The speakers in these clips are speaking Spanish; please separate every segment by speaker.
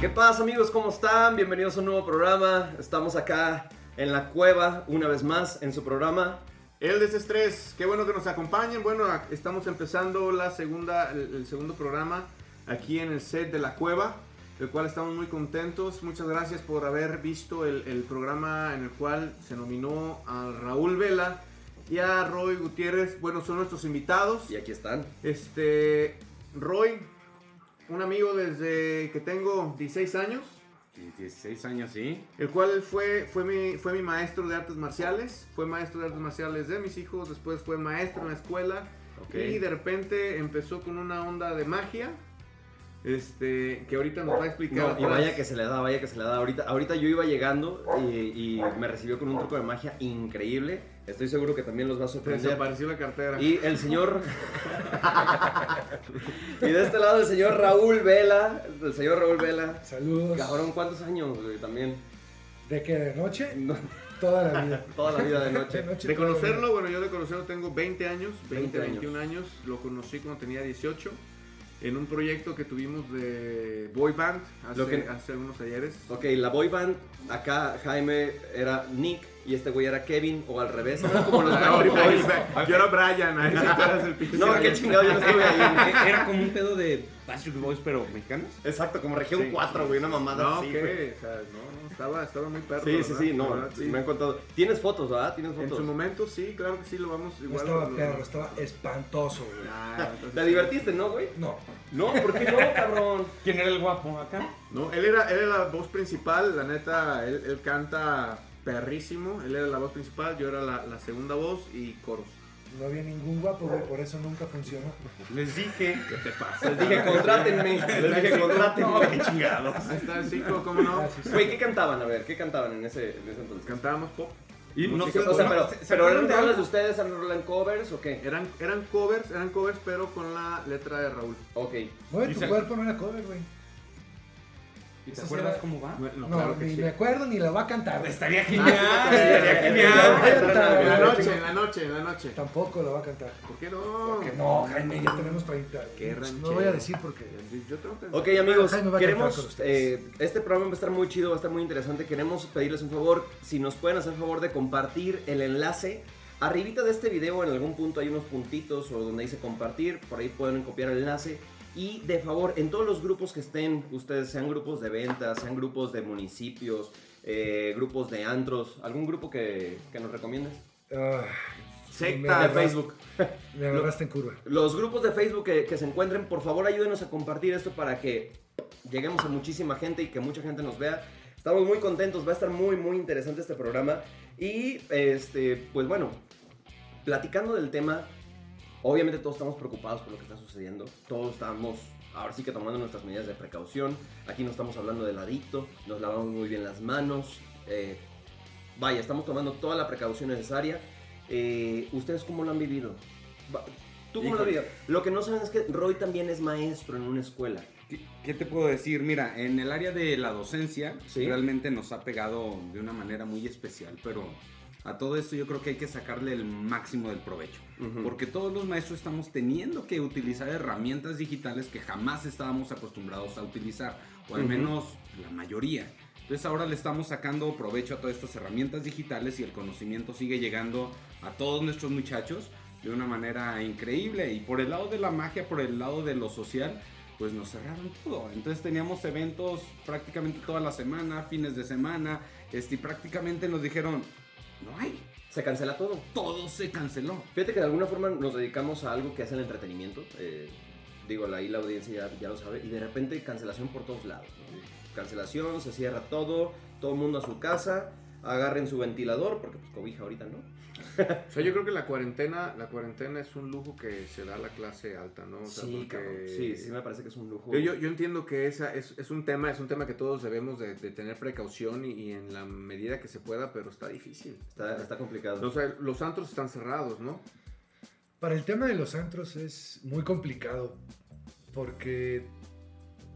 Speaker 1: ¿Qué pasa amigos? ¿Cómo están? Bienvenidos a un nuevo programa. Estamos acá en la cueva una vez más en su programa.
Speaker 2: El desestrés, qué bueno que nos acompañen. Bueno, a- estamos empezando la segunda, el, el segundo programa aquí en el set de La Cueva, del cual estamos muy contentos. Muchas gracias por haber visto el, el programa en el cual se nominó a Raúl Vela y a Roy Gutiérrez. Bueno, son nuestros invitados.
Speaker 1: Y aquí están.
Speaker 2: Este, Roy, un amigo desde que tengo 16 años,
Speaker 3: 16 años, sí.
Speaker 2: el cual fue, fue, mi, fue mi maestro de artes marciales, fue maestro de artes marciales de mis hijos, después fue maestro en la escuela
Speaker 1: Ok.
Speaker 2: y de repente empezó con una onda de magia, este, que ahorita nos va a explicar.
Speaker 1: No, y
Speaker 2: atrás.
Speaker 1: vaya que se le da, vaya que se le da. Ahorita, ahorita yo iba llegando y, y me recibió con un truco de magia increíble. Estoy seguro que también los va a sorprender.
Speaker 2: desapareció la cartera.
Speaker 1: Y el señor. y de este lado el señor Raúl Vela. El señor Raúl Vela.
Speaker 4: Saludos.
Speaker 1: Cabrón, ¿cuántos años, güey? También.
Speaker 4: ¿De qué? ¿De noche?
Speaker 1: No,
Speaker 4: Toda la vida.
Speaker 1: toda la vida de
Speaker 4: De
Speaker 1: noche.
Speaker 4: noche.
Speaker 2: De
Speaker 4: toda la vida.
Speaker 2: conocerlo, bueno, yo de conocerlo tengo 20 años, 20,
Speaker 1: 20 años.
Speaker 2: 21 años. Lo conocí cuando tenía 18 en un proyecto que tuvimos de boy band hace,
Speaker 1: Lo que-
Speaker 2: hace algunos ayeres.
Speaker 1: Ok, la boy band, acá Jaime era Nick y este güey era Kevin, o al revés, eran como los Backstreet Boys.
Speaker 2: Yo era Brian, ahí sí tú eras el pinche
Speaker 1: No,
Speaker 2: Brian.
Speaker 1: qué chingado, yo no estuve ahí.
Speaker 3: Eh, Era como un pedo de Backstreet Boys, pero mexicanos.
Speaker 1: Exacto, como región
Speaker 2: Sí,
Speaker 1: 4, güey, una mamada
Speaker 2: No,
Speaker 1: así,
Speaker 2: ¿qué?
Speaker 1: güey.
Speaker 2: O sea, no, no, estaba, estaba muy perro.
Speaker 1: Sí, sí,
Speaker 2: ¿verdad?
Speaker 1: sí,
Speaker 2: La
Speaker 1: no,
Speaker 2: verdad, sí.
Speaker 1: me han contado. Tienes fotos, ¿verdad? Tienes
Speaker 2: En
Speaker 1: fotos.
Speaker 2: su momento sí, claro que sí, lo vamos
Speaker 4: No
Speaker 2: igual.
Speaker 4: estaba
Speaker 2: lo-
Speaker 4: perro, estaba espantoso, güey.
Speaker 2: Ah, entonces-
Speaker 1: ¿Te divertiste, no, güey?
Speaker 4: No.
Speaker 1: No, ¿por qué no, cabrón?
Speaker 3: ¿Quién era el guapo acá?
Speaker 2: No, él era, él era la voz principal, la neta, él, él canta perrísimo, él era la voz principal, yo era la, la segunda voz y coros.
Speaker 4: No había ningún guapo, güey, por eso nunca funcionó.
Speaker 3: Les dije.
Speaker 2: ¿Qué te pasa?
Speaker 1: Les dije, contrátenme. Les dije, contrátenme.
Speaker 3: chingados.
Speaker 2: Ahí está el ciclo, ¿cómo no?
Speaker 4: Gracias.
Speaker 1: Güey, ¿qué cantaban? A ver, ¿qué cantaban en ese, en ese entonces?
Speaker 2: Cantábamos pop.
Speaker 3: Y no
Speaker 1: Música,
Speaker 3: sé,
Speaker 1: o sea,
Speaker 3: no,
Speaker 1: pero,
Speaker 3: ¿se- se
Speaker 1: pero
Speaker 3: acuerdan
Speaker 1: eran
Speaker 3: de
Speaker 1: rolas
Speaker 3: algo?
Speaker 1: de ustedes, eran rolas covers o qué?
Speaker 2: Eran, eran covers, eran covers, pero con la letra de Raúl.
Speaker 1: Ok.
Speaker 4: Mueve
Speaker 3: Y
Speaker 4: tu
Speaker 3: se-
Speaker 4: cuerpo, no era cover, güey.
Speaker 3: ¿Y te
Speaker 4: Eso
Speaker 3: acuerdas
Speaker 4: será-
Speaker 3: cómo va? Ah,
Speaker 2: Bueno,
Speaker 4: No,
Speaker 2: claro que
Speaker 4: ni
Speaker 2: sí.
Speaker 4: me acuerdo ni la va a cantar. güey.
Speaker 3: Estaría genial. Estaría
Speaker 4: Ay,
Speaker 3: genial.
Speaker 4: está-
Speaker 2: En la noche, en la noche, en la noche.
Speaker 4: Tampoco la va a cantar.
Speaker 2: ¿Por qué no?
Speaker 4: No, Jaime, ya tenemos 30. güey.
Speaker 2: Qué
Speaker 4: No
Speaker 2: ranchero.
Speaker 4: voy a decir porque.
Speaker 2: Yo tengo que...
Speaker 1: Ok amigos,
Speaker 4: Jaime va a cantar con
Speaker 1: queremos,
Speaker 4: ustedes.
Speaker 1: eh, este programa va a estar muy chido, va a estar muy interesante, queremos pedirles un favor, si nos pueden hacer favor de compartir el enlace, arribita de este video en algún punto hay unos puntitos o donde dice compartir, por ahí pueden copiar el enlace y de favor en todos los grupos que estén, ustedes sean grupos de ventas, sean grupos de municipios, eh, grupos de antros, algún grupo que, que nos recomiendes,
Speaker 4: Ah, me
Speaker 2: Secta
Speaker 1: de
Speaker 4: agarras-
Speaker 1: Facebook.
Speaker 4: Me agarraste en curva.
Speaker 1: Los grupos de Facebook que, que se encuentren, por favor ayúdenos a compartir esto para que lleguemos a muchísima gente y que mucha gente nos vea. Estamos muy contentos, va a estar muy muy interesante este programa. Y este, pues bueno, platicando del tema, obviamente todos estamos preocupados por lo que está sucediendo. Todos estamos ahora sí que tomando nuestras medidas de precaución. Aquí no estamos hablando del adicto, nos lavamos muy bien las manos. eh, vaya, estamos tomando toda la precaución necesaria. Eh, ¿Ustedes cómo lo han vivido? Va- ¿Tú cómo lo has
Speaker 3: Híjole.
Speaker 1: vivido? Lo que no saben es que Roy también es maestro en una escuela.
Speaker 3: ¿Qué- ¿Qué te puedo decir? Mira, en el área de la docencia
Speaker 1: Sí.
Speaker 3: realmente nos ha pegado de una manera muy especial, pero a todo esto yo creo que hay que sacarle el máximo del provecho.
Speaker 1: Ujú.
Speaker 3: Porque todos los maestros estamos teniendo que utilizar herramientas digitales que jamás estábamos acostumbrados a utilizar, o al
Speaker 1: Ujú.
Speaker 3: menos la mayoría. Entonces ahora le estamos sacando provecho a todas estas herramientas digitales y el conocimiento sigue llegando a todos nuestros muchachos de una manera increíble. Y por el lado de la magia, por el lado de lo social, pues nos cerraron todo. Entonces teníamos eventos prácticamente toda la semana, fines de semana, este, y prácticamente nos dijeron, no hay,
Speaker 1: Se cancela todo.
Speaker 3: todo se canceló.
Speaker 1: Fíjate que de alguna forma nos dedicamos a algo que hace el entretenimiento. eh, digo, ahí la audiencia ya, ya lo sabe. Y de repente cancelación por todos lados. ¿no? Cancelación, se cierra todo, todo el mundo a su casa. Agarren su ventilador, porque pues cobija ahorita, ¿no?
Speaker 2: O sea, yo creo que la cuarentena, la cuarentena es un lujo que se da a la clase alta, ¿no? O sea, porque-
Speaker 1: cabrón. Sí, sí, me parece que es un lujo.
Speaker 2: Yo, yo, yo entiendo que esa es, es un tema, es un tema que todos debemos de, de tener precaución y, y en la medida que se pueda, pero está difícil.
Speaker 1: Está, está complicado.
Speaker 2: O sea, los antros están cerrados, ¿no?
Speaker 4: Para el tema de los antros es muy complicado porque...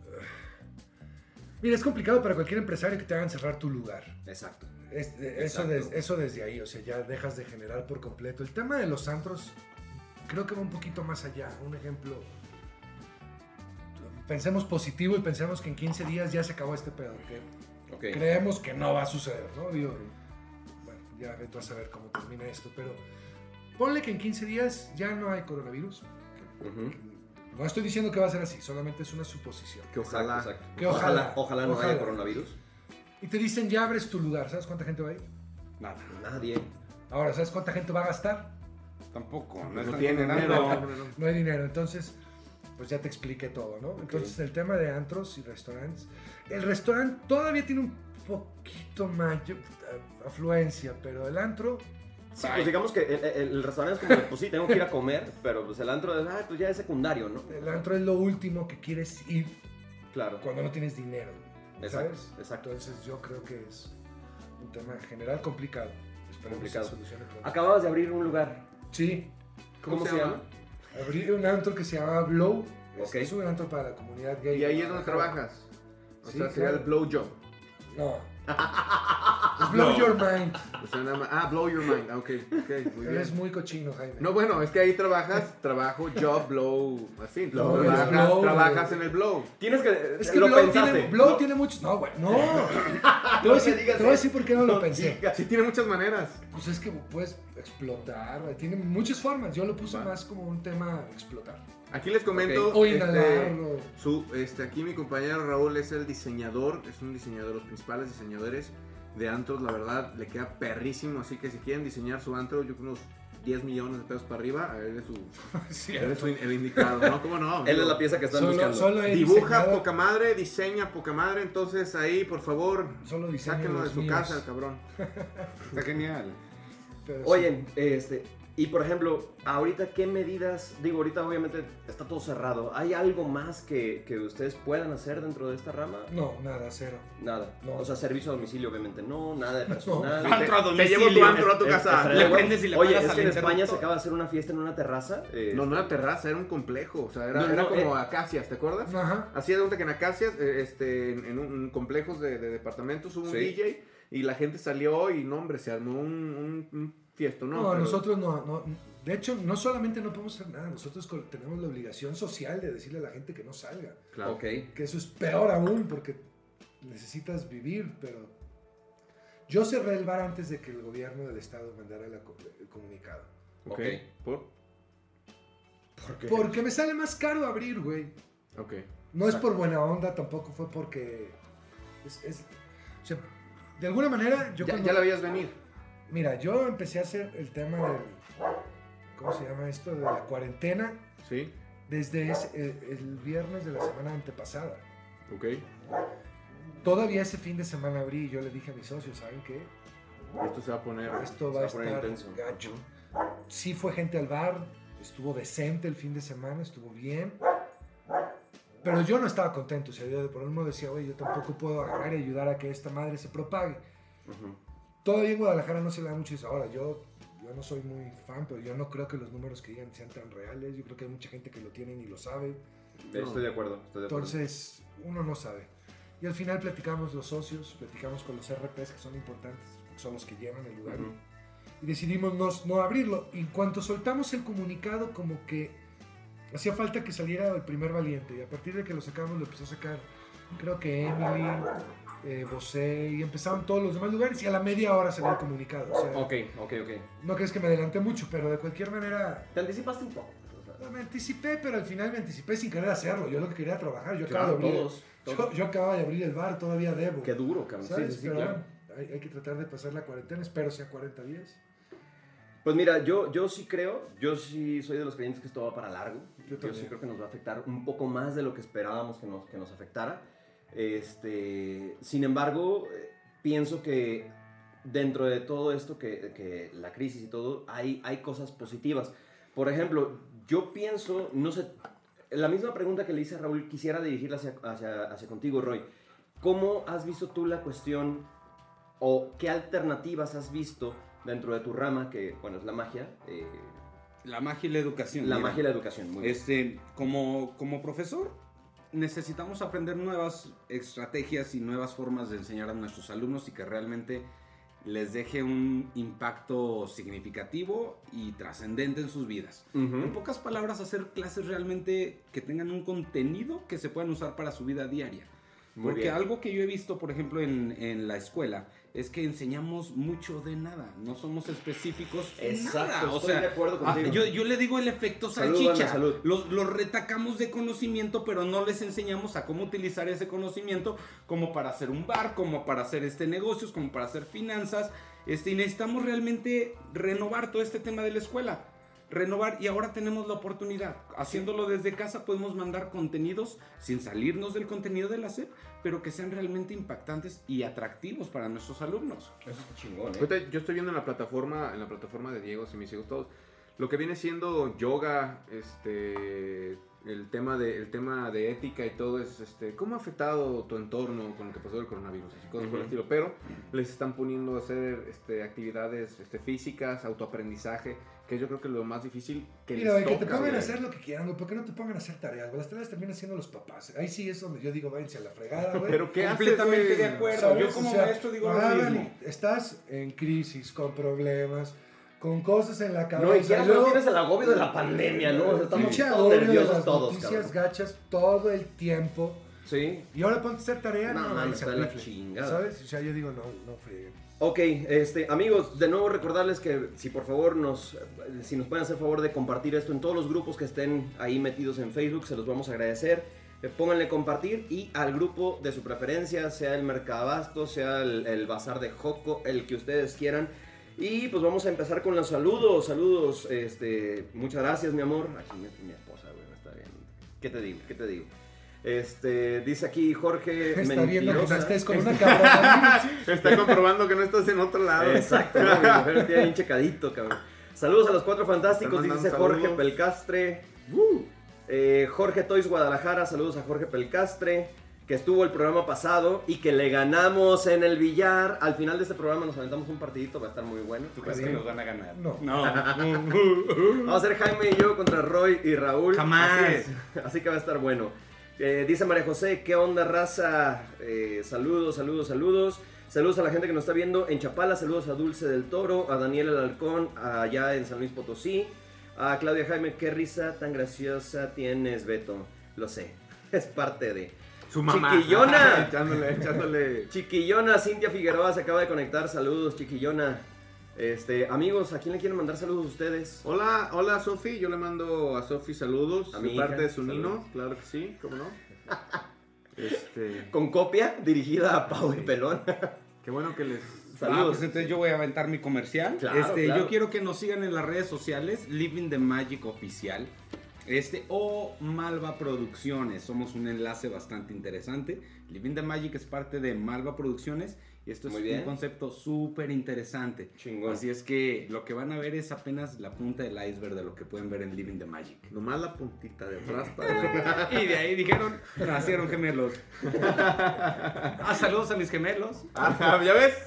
Speaker 4: ah, Mira, es complicado para cualquier empresario que te hagan cerrar tu lugar.
Speaker 1: Exacto.
Speaker 4: Es- eh, eso,
Speaker 1: Exacto.
Speaker 4: des- eso desde ahí, o sea, ya dejas de generar por completo. El tema de los antros creo que va un poquito más allá. Un ejemplo, pensemos positivo y pensemos que en 15 días ya se acabó este pedo. que
Speaker 3: Ok.
Speaker 4: Creemos que no va a suceder, ¿no? Digo, bueno, ya vete a saber cómo termina esto, pero ponle que en 15 días ya no hay coronavirus.
Speaker 1: Ujú.
Speaker 4: No estoy diciendo que va a ser así, solamente es una suposición.
Speaker 2: Que ojalá.
Speaker 1: Exacto, exacto.
Speaker 4: Que ojalá.
Speaker 1: Ojalá, ojalá no haya
Speaker 4: Ojalá.
Speaker 1: coronavirus.
Speaker 4: Y te dicen, ya abres tu lugar, ¿sabes cuánta gente va a ir?
Speaker 3: Nada.
Speaker 1: Nadie.
Speaker 4: Ahora, ¿sabes cuánta gente va a gastar?
Speaker 3: Tampoco. No,
Speaker 2: No
Speaker 3: están
Speaker 2: tiene
Speaker 3: generando-
Speaker 2: dinero.
Speaker 4: No hay dinero, entonces, pues ya te expliqué todo, ¿no? Entonces, el tema de antros y restaurantes, el restaurante todavía tiene un poquito mayor eh, afluencia, pero el antro,
Speaker 1: Sí, pues digamos que el, el- el restaurante es como, de, pues sí, tengo que ir a comer, pero pues el antro es, ah, pues ya es secundario, ¿no?
Speaker 4: el antro es lo último que quieres ir
Speaker 1: Claro.
Speaker 4: cuando no tienes dinero, ¿sabes?
Speaker 1: Exacto, exacto.
Speaker 4: Entonces, yo creo que es un tema en general complicado. Esperemos
Speaker 1: Complicado. Ah,
Speaker 4: que se solucione pronto.
Speaker 1: Acababas de abrir un lugar.
Speaker 4: Sí,
Speaker 1: ¿Cómo, se, llama?
Speaker 4: abrí un antro que se llama Blow.
Speaker 1: Ok.
Speaker 4: Es un antro para la comunidad gay.
Speaker 2: Y ahí es donde trabajas. O
Speaker 4: Sí,
Speaker 2: sea, sería
Speaker 4: claro.
Speaker 2: el blowjob.
Speaker 4: No. Es Blow Your Mind.
Speaker 2: O sea, nada más- Ah, blow your mind. Ah, Ok, ok, muy
Speaker 4: Eres
Speaker 2: bien.
Speaker 4: muy cochino, Jaime.
Speaker 2: No, bueno, es que ahí trabajas, trabajo, job, blow, así.
Speaker 1: Blow,
Speaker 2: Entonces,
Speaker 4: blow,
Speaker 2: trabajas,
Speaker 4: blow,
Speaker 2: trabajas
Speaker 4: blow.
Speaker 2: en el blow.
Speaker 1: Tienes que. eh,
Speaker 4: es que
Speaker 1: lo
Speaker 4: Blow,
Speaker 1: pensaste.
Speaker 4: tiene, Blow
Speaker 1: No,
Speaker 4: tiene muchos. No, güey. No. te, voy a decir,
Speaker 1: me digas
Speaker 4: te voy a
Speaker 1: eso.
Speaker 4: decir por qué no lo
Speaker 1: No
Speaker 4: pensé.
Speaker 1: digas.
Speaker 2: Sí, tiene muchas maneras.
Speaker 4: Pues es que puedes explotar. güey, Tiene muchas formas. Yo lo puse
Speaker 2: Va.
Speaker 4: más como un tema de explotar.
Speaker 2: Aquí les comento.
Speaker 4: O
Speaker 2: este,
Speaker 4: inhalarlo.
Speaker 2: Su, este, aquí mi compañero Raúl es el diseñador, es un diseñador, de los principales diseñadores de antros, la verdad, le queda perrísimo, así que si quieren diseñar su antro, yo creo unos 10 millones de pesos para arriba, él es, su, él es su- el indicado, ¿no? ¿Cómo no?
Speaker 1: Él es
Speaker 2: Digo,
Speaker 1: la pieza que están
Speaker 4: Solo,
Speaker 1: buscando.
Speaker 4: solo he
Speaker 2: Dibuja
Speaker 4: diseñado-
Speaker 2: poca madre, diseña poca madre, entonces ahí, por favor,
Speaker 4: Solo diseño
Speaker 2: sáquenlo de
Speaker 4: los
Speaker 2: su
Speaker 4: míos,
Speaker 2: casa, el cabrón.
Speaker 3: Está genial.
Speaker 4: pero sí.
Speaker 1: Oye, este. Y por ejemplo, ahorita, ¿qué medidas? Digo, ahorita obviamente está todo cerrado. ¿Hay algo más que, que ustedes puedan hacer dentro de esta rama?
Speaker 4: No, nada, cero.
Speaker 1: Nada.
Speaker 4: No.
Speaker 1: O sea, servicio a domicilio, obviamente no, nada de personal.
Speaker 3: No. Antro a
Speaker 2: Te llevo tu
Speaker 3: domicilio.
Speaker 2: antro a tu
Speaker 1: Es-
Speaker 2: casa.
Speaker 1: estaría
Speaker 3: Le
Speaker 1: bueno.
Speaker 3: prendes y le
Speaker 1: Oye,
Speaker 3: pagas
Speaker 1: es
Speaker 3: al
Speaker 1: que en España se
Speaker 3: interruptor.
Speaker 1: acaba de hacer una fiesta en una terraza. eh,
Speaker 2: No, no era terraza, era un complejo, o sea, era,
Speaker 1: No, no,
Speaker 2: era como
Speaker 1: eh.
Speaker 2: acacias, ¿te acuerdas?
Speaker 4: Ajá.
Speaker 2: Hacía de cuenta que en Acacias, eh, este, en, en un en complejos de, de departamentos, hubo un
Speaker 1: Sí.
Speaker 2: DJ y la gente salió y no, hombre, se armó un, un, un fiesto, ¿no?
Speaker 4: No,
Speaker 2: Pero-
Speaker 4: nosotros no, no. De hecho, no solamente no podemos hacer nada, nosotros co- tenemos la obligación social de decirle a la gente que no salga.
Speaker 2: Claro.
Speaker 1: Ok.
Speaker 4: Que eso es peor aún porque necesitas vivir, pero... Yo cerré el bar antes de que el gobierno del estado mandara la co- el comunicado.
Speaker 2: Ok.
Speaker 3: Ok.
Speaker 2: ¿Por?
Speaker 4: Porque me sale más caro abrir, güey.
Speaker 2: Ok.
Speaker 4: No es por buena onda, tampoco fue porque... Es, es- o sea, de alguna manera yo...
Speaker 2: ya,
Speaker 4: cuando-
Speaker 2: ya la veías venir.
Speaker 4: Mira, yo empecé a hacer el tema del... ¿Cómo se llama esto? De la cuarentena
Speaker 2: Sí.
Speaker 4: desde ese- el, el viernes de la semana antepasada.
Speaker 2: Ok.
Speaker 4: Todavía ese fin de semana abrí y yo le dije a mis socios, ¿saben qué?
Speaker 2: Esto se va a poner.
Speaker 4: Ah, Esto
Speaker 1: Ah, Se
Speaker 4: va a
Speaker 1: va a poner
Speaker 4: estar
Speaker 1: intenso.
Speaker 4: gacho. Sí fue gente al bar, estuvo decente el fin de semana, estuvo bien. Pero yo no estaba contento, o sea, yo de por mismo decía, oye, yo tampoco puedo agarrar y ayudar a que esta madre se propague.
Speaker 1: Ujú.
Speaker 4: Todavía en Guadalajara no se le da mucho eso. Ahora, yo, yo no soy muy fan, pero yo no creo que los números que digan sean tan reales. Yo creo que hay mucha gente que lo tiene y ni lo sabe.
Speaker 2: No.
Speaker 1: Estoy de acuerdo. Estoy de acuerdo.
Speaker 4: Entonces, uno no sabe. Y al final platicamos los socios, platicamos con los RPs que son importantes, que son los que llenan el lugar.
Speaker 1: Ujú.
Speaker 4: Y decidimos no, no abrirlo. Y en cuanto soltamos el comunicado, como que hacía falta que saliera el primer valiente. Y a partir de que lo sacamos, lo empezó a sacar, creo que Emily, eh, Bosé, y empezaron todos los demás lugares. Y a la media hora salió el comunicado. O sea,
Speaker 1: Ok, ok, ok.
Speaker 4: no crees que me adelanté mucho, pero de cualquier manera
Speaker 1: Te anticipaste un poco. o sea,
Speaker 4: me anticipé, pero al final me anticipé sin querer hacerlo. Yo lo que quería era trabajar. Yo
Speaker 1: claro,
Speaker 4: acababa de abrir.
Speaker 1: todos,
Speaker 4: Yo,
Speaker 1: todos.
Speaker 4: yo acababa de abrir el bar, todavía debo.
Speaker 1: Qué duro, cabrón. Sí,
Speaker 4: ¿Sabes?
Speaker 1: sí, sí,
Speaker 4: pero
Speaker 1: claro.
Speaker 4: bueno, hay, hay que tratar de pasar la cuarentena. Espero sea 40 días.
Speaker 1: Pues mira, yo, yo sí creo, yo sí soy de los creyentes que esto va para largo.
Speaker 4: Yo
Speaker 1: Yo,
Speaker 4: también.
Speaker 1: sí creo que nos va a afectar un poco más de lo que esperábamos que nos, que nos afectara. Este, sin embargo, eh, pienso que dentro de todo esto, que, que la crisis y todo, hay, hay cosas positivas. Por ejemplo, yo pienso, no sé, la misma pregunta que le hice a Raúl, quisiera dirigirla hacia, hacia, hacia contigo, Roy. ¿Cómo has visto tú la cuestión o qué alternativas has visto dentro de tu rama, que bueno, es la magia, eh,
Speaker 3: La magia y la educación.
Speaker 1: la
Speaker 3: mira.
Speaker 1: magia y la educación, muy bien.
Speaker 3: Este, como, como profesor, necesitamos aprender nuevas estrategias y nuevas formas de enseñar a nuestros alumnos y que realmente les deje un impacto significativo y trascendente en sus vidas. En pocas palabras, hacer clases realmente que tengan un contenido que se puedan usar para su vida diaria.
Speaker 1: Muy
Speaker 3: Porque
Speaker 1: bien.
Speaker 3: algo que yo he visto, por ejemplo, en, en la escuela, es que enseñamos mucho de nada. No somos específicos en
Speaker 1: Exacto,
Speaker 3: nada. O
Speaker 1: estoy
Speaker 3: sea,
Speaker 1: de acuerdo
Speaker 3: ah,
Speaker 1: contigo.
Speaker 3: yo, yo le digo el efecto
Speaker 1: Salud,
Speaker 3: salchicha.
Speaker 1: banda, salud.
Speaker 3: Los, los retacamos de conocimiento, pero no les enseñamos a cómo utilizar ese conocimiento como para hacer un bar, como para hacer este negocios, como para hacer finanzas. Este, y necesitamos realmente renovar todo este tema de la escuela. Renovar y ahora tenemos la oportunidad. Haciéndolo desde casa podemos mandar contenidos sin salirnos del contenido de la SEP, pero que sean realmente impactantes y atractivos para nuestros alumnos.
Speaker 1: Eso está chingón, ¿eh?
Speaker 2: Ahorita yo estoy viendo en la plataforma, en la plataforma de Diego y mis hijos todos, lo que viene siendo yoga, este, el tema de, el tema de ética y todo es, este, cómo ha afectado tu entorno con lo que pasó del coronavirus, así cosas por el
Speaker 3: Ujú.
Speaker 2: estilo. Pero les están poniendo a hacer, este, actividades, este, físicas, autoaprendizaje, que yo creo que es lo más difícil que les
Speaker 4: Mira, güey, que te
Speaker 2: toca,
Speaker 4: pongan a
Speaker 2: güey.
Speaker 4: hacer lo que quieran, güey. ¿Por qué no te pongan a hacer tareas, güey? Las tareas terminan haciendo los papás. Ahí sí es donde yo digo, váyanse a la fregada, güey.
Speaker 2: Pero qué haces,
Speaker 3: Completamente
Speaker 2: güey?
Speaker 3: de acuerdo.
Speaker 4: ¿Sabes?
Speaker 3: Yo como
Speaker 4: O sea,
Speaker 3: maestro digo lo
Speaker 4: Raven,
Speaker 3: mismo.
Speaker 4: Estás en crisis, con problemas, con cosas en la
Speaker 1: No, y
Speaker 4: cabeza.
Speaker 1: ya no
Speaker 4: y luego-
Speaker 1: tienes el agobio de la pandemia, ¿no? O sea, estamos
Speaker 4: Pinche
Speaker 1: todos
Speaker 4: agobio de
Speaker 1: nerviosos
Speaker 4: las
Speaker 1: todos,
Speaker 4: noticias
Speaker 1: cabrón.
Speaker 4: gachas todo el tiempo.
Speaker 1: Sí.
Speaker 4: Y ahora ponte a hacer tarea,
Speaker 1: No,
Speaker 4: no,
Speaker 1: mames,
Speaker 4: no
Speaker 1: está la chingada.
Speaker 4: ¿Sabes? O sea, yo digo, no, no frieguen.
Speaker 1: Ok, este, amigos, de nuevo recordarles que si por favor nos, si nos pueden hacer favor de compartir esto en todos los grupos que estén ahí metidos en Facebook, se los vamos a agradecer. Eh, Pónganle compartir y al grupo de su preferencia, sea el Mercabasto, sea el, el Bazar de Joco, el que ustedes quieran. Y pues vamos a empezar con los saludos, saludos, este, muchas gracias mi amor. Aquí mi, mi esposa, güey, me está bien. ¿Qué te digo? ¿Qué te digo? Este, dice aquí Jorge
Speaker 4: Está viendo que no
Speaker 1: Mentirosa.
Speaker 4: estés con una cabrona.
Speaker 2: Está comprobando que no estás en otro lado.
Speaker 1: Exacto, no, mi mujer lo tiene bien checadito, cabrón. Saludos a los cuatro fantásticos,
Speaker 2: Te mandan
Speaker 1: dice Jorge
Speaker 2: saludos.
Speaker 1: Pelcastre. Eh, Jorge Toys Guadalajara, saludos a Jorge Pelcastre, que estuvo el programa pasado y que le ganamos en el billar. Al final de este programa nos aventamos un partidito, va a estar muy bueno.
Speaker 3: ¿Tú crees que
Speaker 4: bien.
Speaker 3: nos van a ganar?
Speaker 4: No.
Speaker 1: Vamos a ser Jaime y yo contra Roy y Raúl.
Speaker 3: Jamás.
Speaker 1: Así, es. Así que va a estar bueno. Eh, dice María José, ¿qué onda raza? Eh, saludos, saludos, saludos. Saludos a la gente que nos está viendo en Chapala, saludos a Dulce del Toro, a Daniel El Halcón, allá en San Luis Potosí, a Claudia Jaime, qué risa tan graciosa tienes, Beto. Lo sé, es parte de...
Speaker 2: Su mamá.
Speaker 1: Chiquillona.
Speaker 2: echándole, echándole.
Speaker 1: Chiquillona, Cintia Figueroa se acaba de conectar, saludos, chiquillona. Este, amigos, ¿a quién le quieren mandar saludos ustedes?
Speaker 2: Hola, hola Sofi, yo le mando a Sofi saludos
Speaker 1: A
Speaker 2: de
Speaker 1: mi
Speaker 2: parte
Speaker 1: hija,
Speaker 2: de su
Speaker 1: saludos.
Speaker 2: nino, claro que sí, cómo no. Este,
Speaker 1: Con copia, dirigida a Pau de Pelón.
Speaker 2: qué bueno que les
Speaker 3: Saludos.
Speaker 1: Saludos.
Speaker 3: Ah, pues entonces yo voy a aventar mi comercial.
Speaker 1: Claro,
Speaker 3: este,
Speaker 1: claro.
Speaker 3: Yo quiero que nos sigan en las redes sociales, Living the Magic Oficial. Este, o Malva Producciones, somos un enlace bastante interesante. Living the Magic es parte de Malva Producciones y esto es
Speaker 1: Muy bien.
Speaker 3: un concepto súper interesante.
Speaker 1: pues, Chingón.
Speaker 3: Así es que lo que van a ver es apenas la punta del iceberg de lo que pueden ver en Living the Magic.
Speaker 2: nomás la puntita de atrás para-
Speaker 3: Y de ahí dijeron, nacieron gemelos. Ah, saludos a mis gemelos.
Speaker 2: Ah, ¿Ya ves?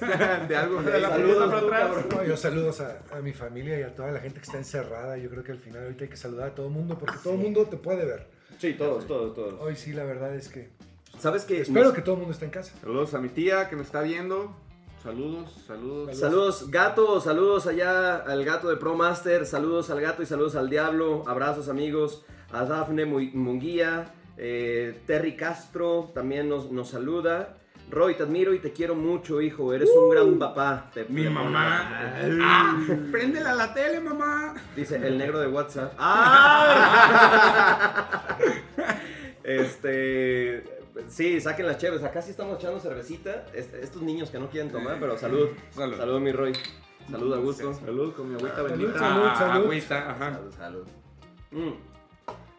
Speaker 2: De algo de la
Speaker 1: Saludos,
Speaker 2: puntita para
Speaker 1: tú,
Speaker 2: atrás.
Speaker 1: cabrón.
Speaker 4: No, yo saludos a, a mi familia y a toda la gente que está encerrada. Yo creo que al final ahorita hay que saludar a todo el mundo porque todo el mundo te puede ver.
Speaker 1: Sí, todos, todos, todos.
Speaker 4: Hoy sí, la verdad es que
Speaker 1: ¿Sabes qué?
Speaker 4: espero
Speaker 1: Nos-
Speaker 4: que todo el mundo esté en casa.
Speaker 2: Saludos a mi tía que me está viendo. Saludos, saludos.
Speaker 1: Saludos, gato, saludos allá al gato de ProMaster, saludos al gato y saludos al diablo, abrazos amigos, a Dafne Mu- Munguía, eh, Terry Castro también nos, nos saluda. Roy, te admiro y te quiero mucho, hijo, eres un gran papá. Te-
Speaker 3: Mi
Speaker 1: te-
Speaker 3: mamá. ¡Ah! ¡Préndela a la tele, mamá!
Speaker 1: Dice el negro de WhatsApp. ¡Ah! este. Sí, saquen las cheves. Acá sí estamos echando cervecita. Es- estos niños que no quieren tomar, pero salud.
Speaker 3: Salud.
Speaker 1: Salud, mi Roy. Salud, a gusto.
Speaker 2: Saludos con mi agüita
Speaker 4: Salud,
Speaker 2: bendita.
Speaker 4: salud,
Speaker 3: Ah,
Speaker 4: salud.
Speaker 3: agüita, ajá.
Speaker 1: Salud, salud. Mm,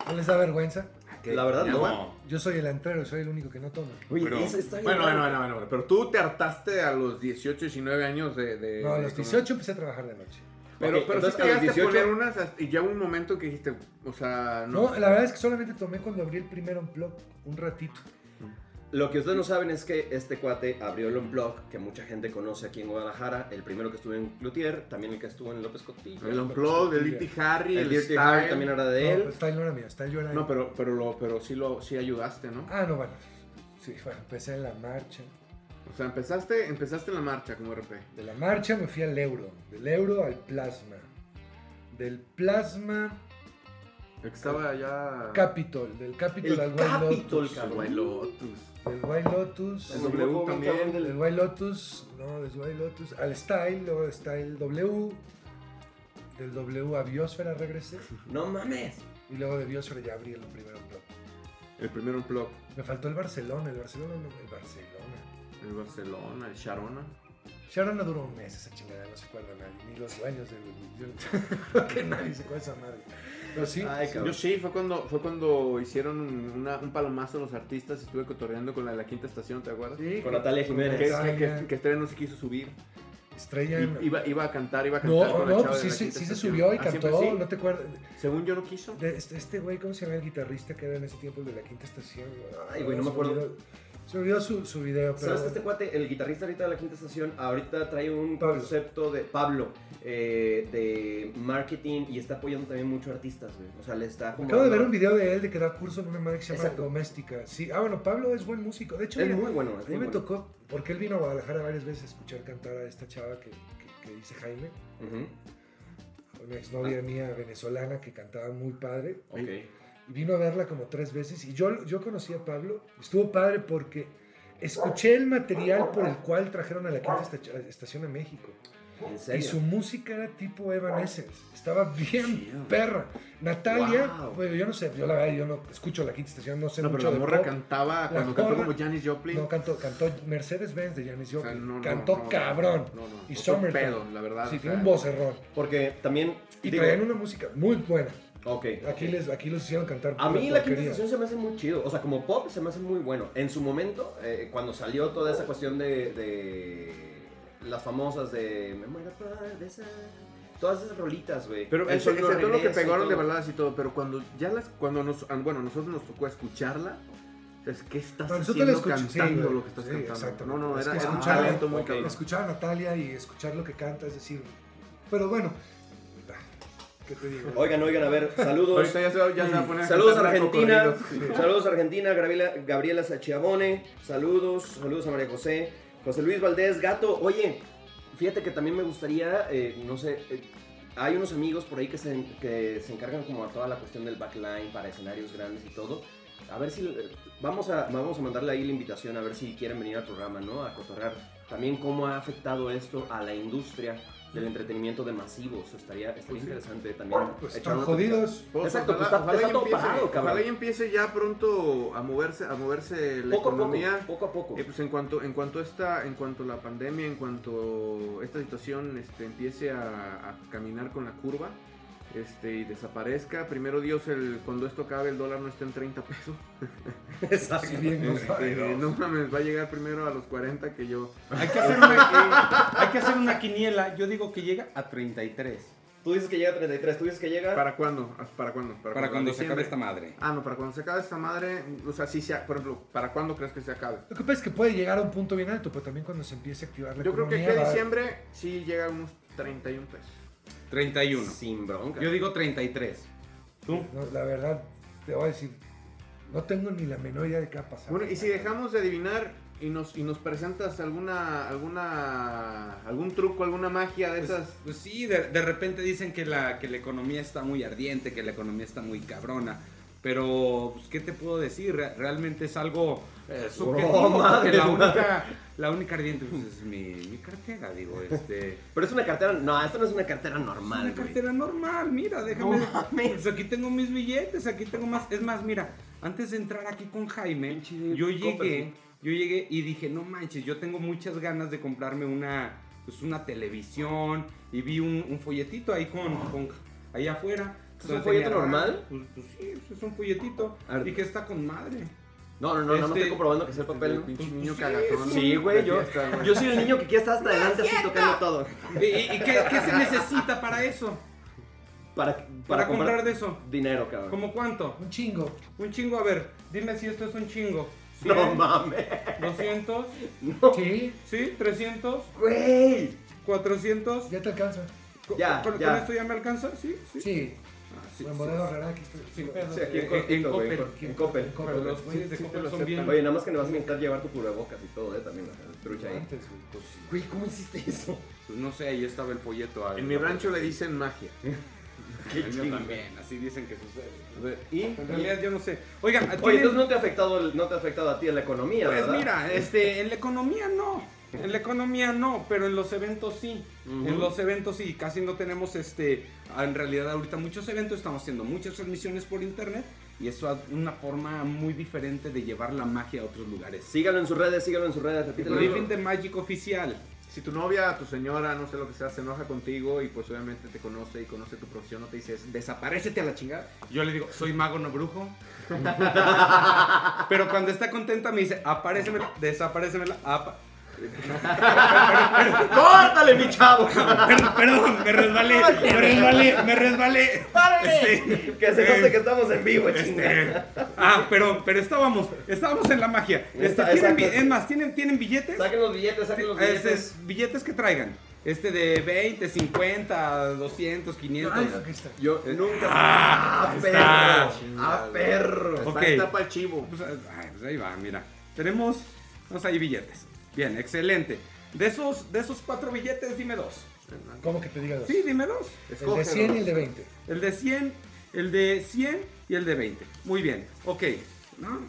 Speaker 4: ¿No les da vergüenza?
Speaker 1: La verdad, no.
Speaker 3: No.
Speaker 4: Yo soy el entrero, soy el único que no toma.
Speaker 1: Oye,
Speaker 3: Pero-
Speaker 1: eso está bien
Speaker 2: Bueno,
Speaker 1: raro.
Speaker 2: bueno, bueno, bueno, bueno, pero tú te hartaste a los 18, 19 años de...
Speaker 1: Eh,
Speaker 2: de-
Speaker 4: No, a
Speaker 2: de-
Speaker 4: los 18 empecé a trabajar de noche.
Speaker 2: Pero,
Speaker 1: Ok,
Speaker 2: pero sí
Speaker 1: entonces,
Speaker 2: te
Speaker 1: a los
Speaker 2: llegaste a
Speaker 1: 18
Speaker 2: poner unas hasta- y ya hubo un momento que dijiste, o
Speaker 1: Ah,
Speaker 2: sea, no.
Speaker 4: No, la verdad es que solamente tomé cuando abrí el primer blog, un ratito.
Speaker 1: Lo que ustedes no saben es que este cuate abrió el blog que mucha gente conoce aquí en Guadalajara. El primero que estuvo en Cloutier, también el que estuvo en López Cotillo.
Speaker 2: El Unplugged, el E.T. Harry,
Speaker 1: el,
Speaker 2: el,
Speaker 1: Dirty
Speaker 2: Style.
Speaker 1: Harry también era de
Speaker 4: No,
Speaker 1: él.
Speaker 4: pero
Speaker 2: pues,
Speaker 4: Style no era mío, Style yo era
Speaker 2: No, pero, pero, lo, pero sí, lo, sí ayudaste, ¿no?
Speaker 4: Ah, no, bueno. Sí, bueno, empecé en la marcha.
Speaker 2: O sea, empezaste, empezaste en la marcha como RP.
Speaker 4: De la marcha me fui al euro, del euro al plasma, del plasma
Speaker 2: El que estaba allá.
Speaker 4: Capitol, del Capitol
Speaker 1: El
Speaker 4: al White
Speaker 1: Capitol,
Speaker 4: Lotus,
Speaker 2: Pues,
Speaker 1: cabrón.
Speaker 2: Lotus.
Speaker 4: del White Lotus,
Speaker 2: El W también.
Speaker 4: del White Lotus, no, del White Lotus, al Style, luego de Style W, del W a Biosfera regresé,
Speaker 1: No mames.
Speaker 4: y luego de Biosfera ya abrí el primero blog.
Speaker 2: El primer unplug.
Speaker 4: Me faltó el Barcelona, el Barcelona no, el Barcelona.
Speaker 2: El Barcelona, el Sharona.
Speaker 4: Sharon no duró un mes esa chingada, no se acuerda nadie, ni los dueños del... yo- que nadie se acuerda de esa madre. Pero sí,
Speaker 1: Ay,
Speaker 2: Yo
Speaker 1: cabrón.
Speaker 2: sí, fue cuando, fue cuando hicieron una- un palomazo los artistas y estuve cotorreando con la de la quinta estación, ¿te acuerdas?
Speaker 4: sí,
Speaker 1: Con Natalia
Speaker 2: Que,
Speaker 1: Jiménez.
Speaker 2: que,
Speaker 4: Exacto.
Speaker 2: que- que Estrella no se quiso subir.
Speaker 4: Estrella...
Speaker 2: I- Iba, iba a cantar, iba a cantar.
Speaker 4: No,
Speaker 2: con la
Speaker 4: no,
Speaker 2: chava
Speaker 4: pues
Speaker 2: de
Speaker 4: sí,
Speaker 2: la
Speaker 4: se-
Speaker 2: quinta
Speaker 4: sí se
Speaker 2: estación.
Speaker 4: subió y
Speaker 2: Ah,
Speaker 4: cantó,
Speaker 2: siempre sí.
Speaker 4: no te acuerdas.
Speaker 2: Según yo no quiso.
Speaker 4: De este, este güey, ¿cómo se llama el guitarrista que era en ese tiempo el de la quinta estación?
Speaker 1: Ay, güey, no me
Speaker 4: Se olvidó-
Speaker 1: acuerdo.
Speaker 4: Se olvidó su, su video, pero.
Speaker 1: ¿Sabes que este cuate, el guitarrista ahorita de la quinta estación, ahorita trae un
Speaker 4: Pablo.
Speaker 1: concepto de Pablo, eh, de marketing y está apoyando también mucho a artistas, güey. O sea, le está como...
Speaker 4: Acabo de ver
Speaker 1: dando-
Speaker 4: un video de él de que da curso en una madre que se llama
Speaker 1: Exacto.
Speaker 4: Doméstica. Sí, ah, bueno, Pablo es buen músico. De hecho,
Speaker 1: Es
Speaker 4: mira,
Speaker 1: muy bueno,
Speaker 4: a
Speaker 1: es
Speaker 4: mí
Speaker 1: muy
Speaker 4: me
Speaker 1: bueno.
Speaker 4: tocó, porque él vino a Guadalajara varias veces a escuchar cantar a esta chava que, que, que dice Jaime,
Speaker 1: Ujú.
Speaker 4: una exnovia mía venezolana que cantaba muy padre.
Speaker 1: Ok.
Speaker 4: Y vino a verla como tres veces y yo, yo conocí a Pablo. Estuvo padre porque escuché el material por el cual trajeron a la quinta esta- estación a México.
Speaker 1: En
Speaker 4: Y
Speaker 1: serio.
Speaker 4: su música era tipo Evanescence. Estaba bien
Speaker 3: Chido.
Speaker 4: perra. Natalia,
Speaker 1: Wow.
Speaker 4: bueno, yo no sé, yo la verdad, yo no escucho la quinta estación, no sé
Speaker 2: No, pero
Speaker 4: mucho
Speaker 2: la
Speaker 4: de
Speaker 2: morra
Speaker 4: pop.
Speaker 2: cantaba cuando cantó
Speaker 4: morra-
Speaker 2: como Janis Joplin.
Speaker 4: No, cantó, cantó Mercedes-Benz de Janis
Speaker 2: O sea,
Speaker 4: Joplin.
Speaker 2: no, no,
Speaker 4: cantó
Speaker 2: no, no,
Speaker 4: cabrón.
Speaker 2: no, no,
Speaker 4: y
Speaker 2: otro
Speaker 4: Summertime.
Speaker 2: pedo, la verdad.
Speaker 4: Sí,
Speaker 2: o
Speaker 4: tiene
Speaker 2: sea,
Speaker 4: un vocerrón.
Speaker 1: Porque también...
Speaker 4: Y
Speaker 1: digo,
Speaker 4: traían una música muy buena.
Speaker 1: Ok.
Speaker 4: Aquí, les, aquí los hicieron cantar.
Speaker 1: A
Speaker 4: pura
Speaker 1: mí la quinta
Speaker 4: porquería.
Speaker 1: estación se me hace muy chido. O sea, como pop se me hace muy bueno. En su momento, eh, cuando salió toda esa cuestión de, de las famosas de Me muero por besar", Todas esas rolitas, güey.
Speaker 2: Pero
Speaker 1: El
Speaker 2: eso
Speaker 1: solo
Speaker 2: todo lo que
Speaker 1: regreso y
Speaker 2: pegaron de
Speaker 1: todo.
Speaker 2: baladas y todo, pero cuando ya las cuando nos ah, bueno, a nosotros nos tocó escucharla, es ¿qué estás
Speaker 4: No, nosotros
Speaker 2: haciendo
Speaker 4: la escuchamos, sí,
Speaker 2: cantando
Speaker 4: güey,
Speaker 2: lo que estás
Speaker 4: sí,
Speaker 2: cantando?
Speaker 4: exacto.
Speaker 2: No, no,
Speaker 4: Es
Speaker 2: era,
Speaker 4: que
Speaker 2: era un
Speaker 4: escuchaba-
Speaker 2: talento muy
Speaker 1: ok.
Speaker 2: cabrón.
Speaker 4: escuchar a Natalia y escuchar lo que canta, es decir, pero bueno, ¿qué te digo?
Speaker 1: Oigan, oigan, a ver, saludos.
Speaker 2: Ahorita ya se, va- ya se va a poner a
Speaker 1: Saludos
Speaker 2: cantar
Speaker 1: Argentina,
Speaker 2: narcocorridos.
Speaker 1: saludos Argentina, Gabriela, Gabriela Sachiabone, saludos, saludos a María José, José Luis Valdés, Gato, oye, fíjate que también me gustaría, eh, no sé, eh, hay unos amigos por ahí que se, que se encargan como a toda la cuestión del backline para escenarios grandes y todo, a ver si, eh, vamos a, vamos a mandarle ahí la invitación a ver si quieren venir al programa, ¿no? A cotorrear también cómo ha afectado esto a la industria del entretenimiento de masivos, estaría, estaría interesante también.
Speaker 4: Pues
Speaker 1: echar
Speaker 4: están
Speaker 1: una
Speaker 4: jodidos.
Speaker 2: Pues,
Speaker 1: Exacto,
Speaker 2: ojalá-
Speaker 1: pues está-
Speaker 2: ojalá
Speaker 1: está
Speaker 2: y
Speaker 1: todo
Speaker 2: empiece-
Speaker 1: parado, cabrón.
Speaker 2: Ojalá y empiece ya pronto a moverse, a moverse la
Speaker 1: poco a poco,
Speaker 2: economía.
Speaker 1: poco a poco.
Speaker 2: Eh, pues en cuanto en cuanto esta en cuanto la pandemia en cuanto esta situación este, empiece a, a caminar con la curva este y desaparezca primero dios el cuando esto acabe el dólar no esté en 30 pesos
Speaker 1: Exacto.
Speaker 4: Si bien nos va.
Speaker 2: Eh, no mames va a llegar primero a los 40 que yo
Speaker 3: Hay que, hacer una, eh, hay que hacer una quiniela. Yo digo que llega a 33.
Speaker 1: Tú dices que llega a 33, tú dices que llega.
Speaker 2: para cuándo Ah, para cuándo
Speaker 3: Para cuando se
Speaker 2: Diciembre.
Speaker 3: acabe esta madre.
Speaker 2: ah no para cuando se acabe esta madre o sea si sea por ejemplo para cuándo crees que se acabe
Speaker 4: Lo que pasa es que puede llegar a un punto bien alto, pero también cuando se empiece a activar la
Speaker 2: yo creo que
Speaker 4: economía
Speaker 2: aquí a
Speaker 4: va-
Speaker 2: diciembre sí llega a unos 31 pesos
Speaker 3: 31.
Speaker 1: Sin bronca.
Speaker 3: Yo digo 33. ¿Tú?
Speaker 4: No, la verdad, te voy a decir, no tengo ni la menor idea de qué va a pasar.
Speaker 2: Bueno, y si dejamos de adivinar y nos, y nos presentas alguna, alguna, algún truco, alguna magia de
Speaker 3: Pues,
Speaker 2: esas.
Speaker 3: pues sí, de, de repente dicen que la, que la economía está muy ardiente, que la economía está muy cabrona. Pero, pues, ¿qué te puedo decir? Re- realmente es algo eh, subjetivo,
Speaker 1: Oh, madre,
Speaker 3: porque la
Speaker 1: madre.
Speaker 3: única, la única ardiente pues, es mi, mi cartera, digo, este...
Speaker 1: Pero es una cartera. No, esto no es una cartera normal,
Speaker 3: Una
Speaker 1: güey.
Speaker 3: cartera normal, mira, déjame.
Speaker 1: No mames.
Speaker 3: pues aquí tengo mis billetes, aquí tengo más. Es más, mira, antes de entrar aquí con Jaime,
Speaker 1: Pinche
Speaker 3: yo
Speaker 1: Copperfield.
Speaker 3: llegué, yo llegué y dije, no manches, yo tengo muchas ganas de comprarme una, pues una televisión y vi un, un folletito ahí con, con allá afuera.
Speaker 1: ¿Es un
Speaker 3: Entonces,
Speaker 1: folleto
Speaker 3: tenía-
Speaker 1: normal?
Speaker 3: Pues, pues sí, pues, es un folletito.
Speaker 1: A ver.
Speaker 3: Dije, está con madre.
Speaker 1: No, no, no, nada más
Speaker 3: Este-
Speaker 1: estoy comprobando que sea el papel. ¿no?
Speaker 2: Pinche
Speaker 3: Pues,
Speaker 2: niño
Speaker 3: sí,
Speaker 2: cagatón.
Speaker 1: Sí, güey, yo,
Speaker 2: De fiesta, güey.
Speaker 1: yo soy el niño que quiere estar hasta adelante así tocando todo.
Speaker 3: ¿Y, y- y qué, qué se necesita para eso?
Speaker 1: Para,
Speaker 3: Para, comprar,
Speaker 1: comprar
Speaker 3: de eso.
Speaker 1: dinero, cabrón.
Speaker 3: ¿Cómo cuánto?
Speaker 4: Un chingo.
Speaker 3: Un chingo, a ver, dime si esto es un chingo.
Speaker 1: No
Speaker 3: 100,
Speaker 1: mames.
Speaker 3: 200,
Speaker 4: Sí,
Speaker 3: ¿sí? 300,
Speaker 1: Güey.
Speaker 3: 400.
Speaker 4: ya te alcanza.
Speaker 3: ¿Con,
Speaker 1: Ya,
Speaker 3: con-
Speaker 1: ya.
Speaker 3: con esto ya me alcanza? Sí, sí.
Speaker 4: Sí.
Speaker 3: Ah, sí,
Speaker 4: O en
Speaker 3: sí,
Speaker 4: Bodega
Speaker 3: sí.
Speaker 4: Herrera, aquí estoy.
Speaker 3: Sin pedo.
Speaker 1: Sí,
Speaker 4: Eh,
Speaker 1: aquí en
Speaker 3: En-
Speaker 1: Coppel,
Speaker 3: en
Speaker 1: güey,
Speaker 3: Coppel.
Speaker 1: en Coppel.
Speaker 4: Coppel,
Speaker 3: Pero los
Speaker 4: güey,
Speaker 3: güeyes de
Speaker 4: sí te
Speaker 3: Coppel
Speaker 4: lo
Speaker 3: son
Speaker 4: aceptan.
Speaker 3: bien-
Speaker 1: Oye, nada más que le vas a necesitar llevar tu cubrebocas y todo, eh, también, ajá, el trucha eh. ahí.
Speaker 4: Antes, güey, pues, sí.
Speaker 1: Güey, ¿cómo hiciste eso?
Speaker 3: Pues no sé, ahí estaba el folleto. al-
Speaker 2: En mi rancho le dicen magia.
Speaker 1: Qué
Speaker 3: El mío
Speaker 1: chingo.
Speaker 3: también, así dicen que sucede.
Speaker 2: Y
Speaker 3: En realidad yo no sé. Oigan,
Speaker 1: Oye,
Speaker 3: ¿tienen-
Speaker 1: entonces no te ha afectado, el- no te ha afectado a ti en la economía,
Speaker 3: Pues
Speaker 1: ¿verdad?
Speaker 3: mira, este, en la economía no. En la economía no, pero en los eventos sí.
Speaker 1: Ujú.
Speaker 3: En los eventos sí, casi no tenemos este. En realidad, ahorita muchos eventos, estamos haciendo muchas transmisiones por internet. Y eso es una forma muy diferente de llevar la magia a otros lugares.
Speaker 1: Sígalo en sus redes, sígalo en sus redes, repítelo.
Speaker 3: Living the Magic Oficial.
Speaker 2: Si tu novia, tu señora, no sé lo que sea, se enoja contigo y pues obviamente te conoce y conoce tu profesión, no te dices, desaparecete a la chingada.
Speaker 3: Yo le digo, soy mago, no brujo. Pero cuando está contenta me dice, aparécemela, desaparécemela. apa-
Speaker 1: ¡Córtale, mi chavo!
Speaker 3: Perdón, perdón, me resbalé, me resbalé, me resbalé. Este,
Speaker 1: que se note que estamos en vivo,
Speaker 3: Este,
Speaker 1: chinga.
Speaker 3: ah, pero, pero estábamos, estábamos en la magia. Este,
Speaker 1: Está-
Speaker 3: ¿tienen,
Speaker 1: exacto.
Speaker 3: bi- es más, ¿tienen, tienen billetes?
Speaker 1: Saquen los billetes, saquen los
Speaker 3: Este,
Speaker 1: billetes.
Speaker 3: es- billetes que traigan. Este de 20, 50, 200, 500.
Speaker 4: Ay, aquí está.
Speaker 1: Yo nunca.
Speaker 3: eh, Ah,
Speaker 1: ¡Ah,
Speaker 3: está.
Speaker 1: perro! ¡Ah,
Speaker 2: Chingado.
Speaker 1: perro!
Speaker 3: Ok.
Speaker 2: Está para el chivo.
Speaker 3: Pues, ay, pues ahí va, mira. Tenemos, tenemos ahí billetes. Bien, excelente. De esos, de esos cuatro billetes, dime dos.
Speaker 4: ¿Cómo que te diga dos?
Speaker 3: Sí, dime dos.
Speaker 4: el de 100 y el de 20.
Speaker 3: El de 100, el de 100 y el de 20. Muy bien, ok. No, no,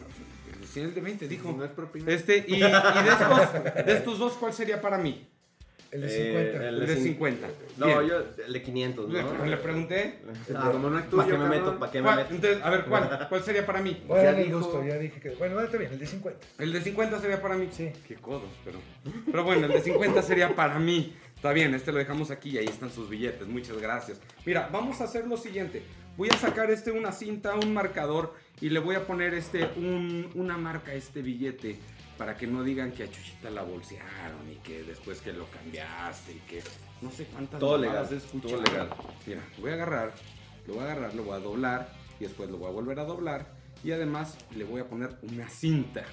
Speaker 3: el de 100 y el de 20, dijo.
Speaker 2: No es propina.
Speaker 3: Este, y, y de, estos, de estos dos, ¿cuál sería para mí?
Speaker 4: El de
Speaker 1: Eh,
Speaker 4: 50.
Speaker 1: el-
Speaker 3: El de
Speaker 1: cin-
Speaker 3: 50.
Speaker 1: No,
Speaker 3: Bien.
Speaker 1: yo el de 500,
Speaker 3: Le,
Speaker 1: ¿no?
Speaker 3: le pregunté.
Speaker 2: Ah, como no es
Speaker 1: ¿Para qué
Speaker 2: tuyo,
Speaker 1: me
Speaker 2: cabrón.
Speaker 1: meto? ¿Para qué me
Speaker 3: ¿cuál?
Speaker 1: meto?
Speaker 3: Entonces, a ver, ¿cuál, ¿cuál sería para mí?
Speaker 4: Voy a
Speaker 1: ya
Speaker 4: darle
Speaker 1: dijo-
Speaker 4: gusto, ya dije que. Bueno, está bien, el de 50.
Speaker 3: El de 50 sería para mí.
Speaker 4: Sí.
Speaker 3: Qué codos, pero. Pero bueno, el de 50 sería para mí. Está bien, este lo dejamos aquí y ahí están sus billetes. Muchas gracias. Mira, vamos a hacer lo siguiente. Voy a sacar este una cinta, un marcador y le voy a poner este un- una marca a este billete para que no digan que a Chuchita la bolsearon y que después que lo cambiaste y que no sé cuántas
Speaker 1: Todo
Speaker 3: mamadas
Speaker 1: legal,
Speaker 3: he escuchado.
Speaker 1: todo legal.
Speaker 3: Mira, voy a agarrar, lo voy a agarrar, lo voy a doblar y después lo voy a volver a doblar y además le voy a poner una cinta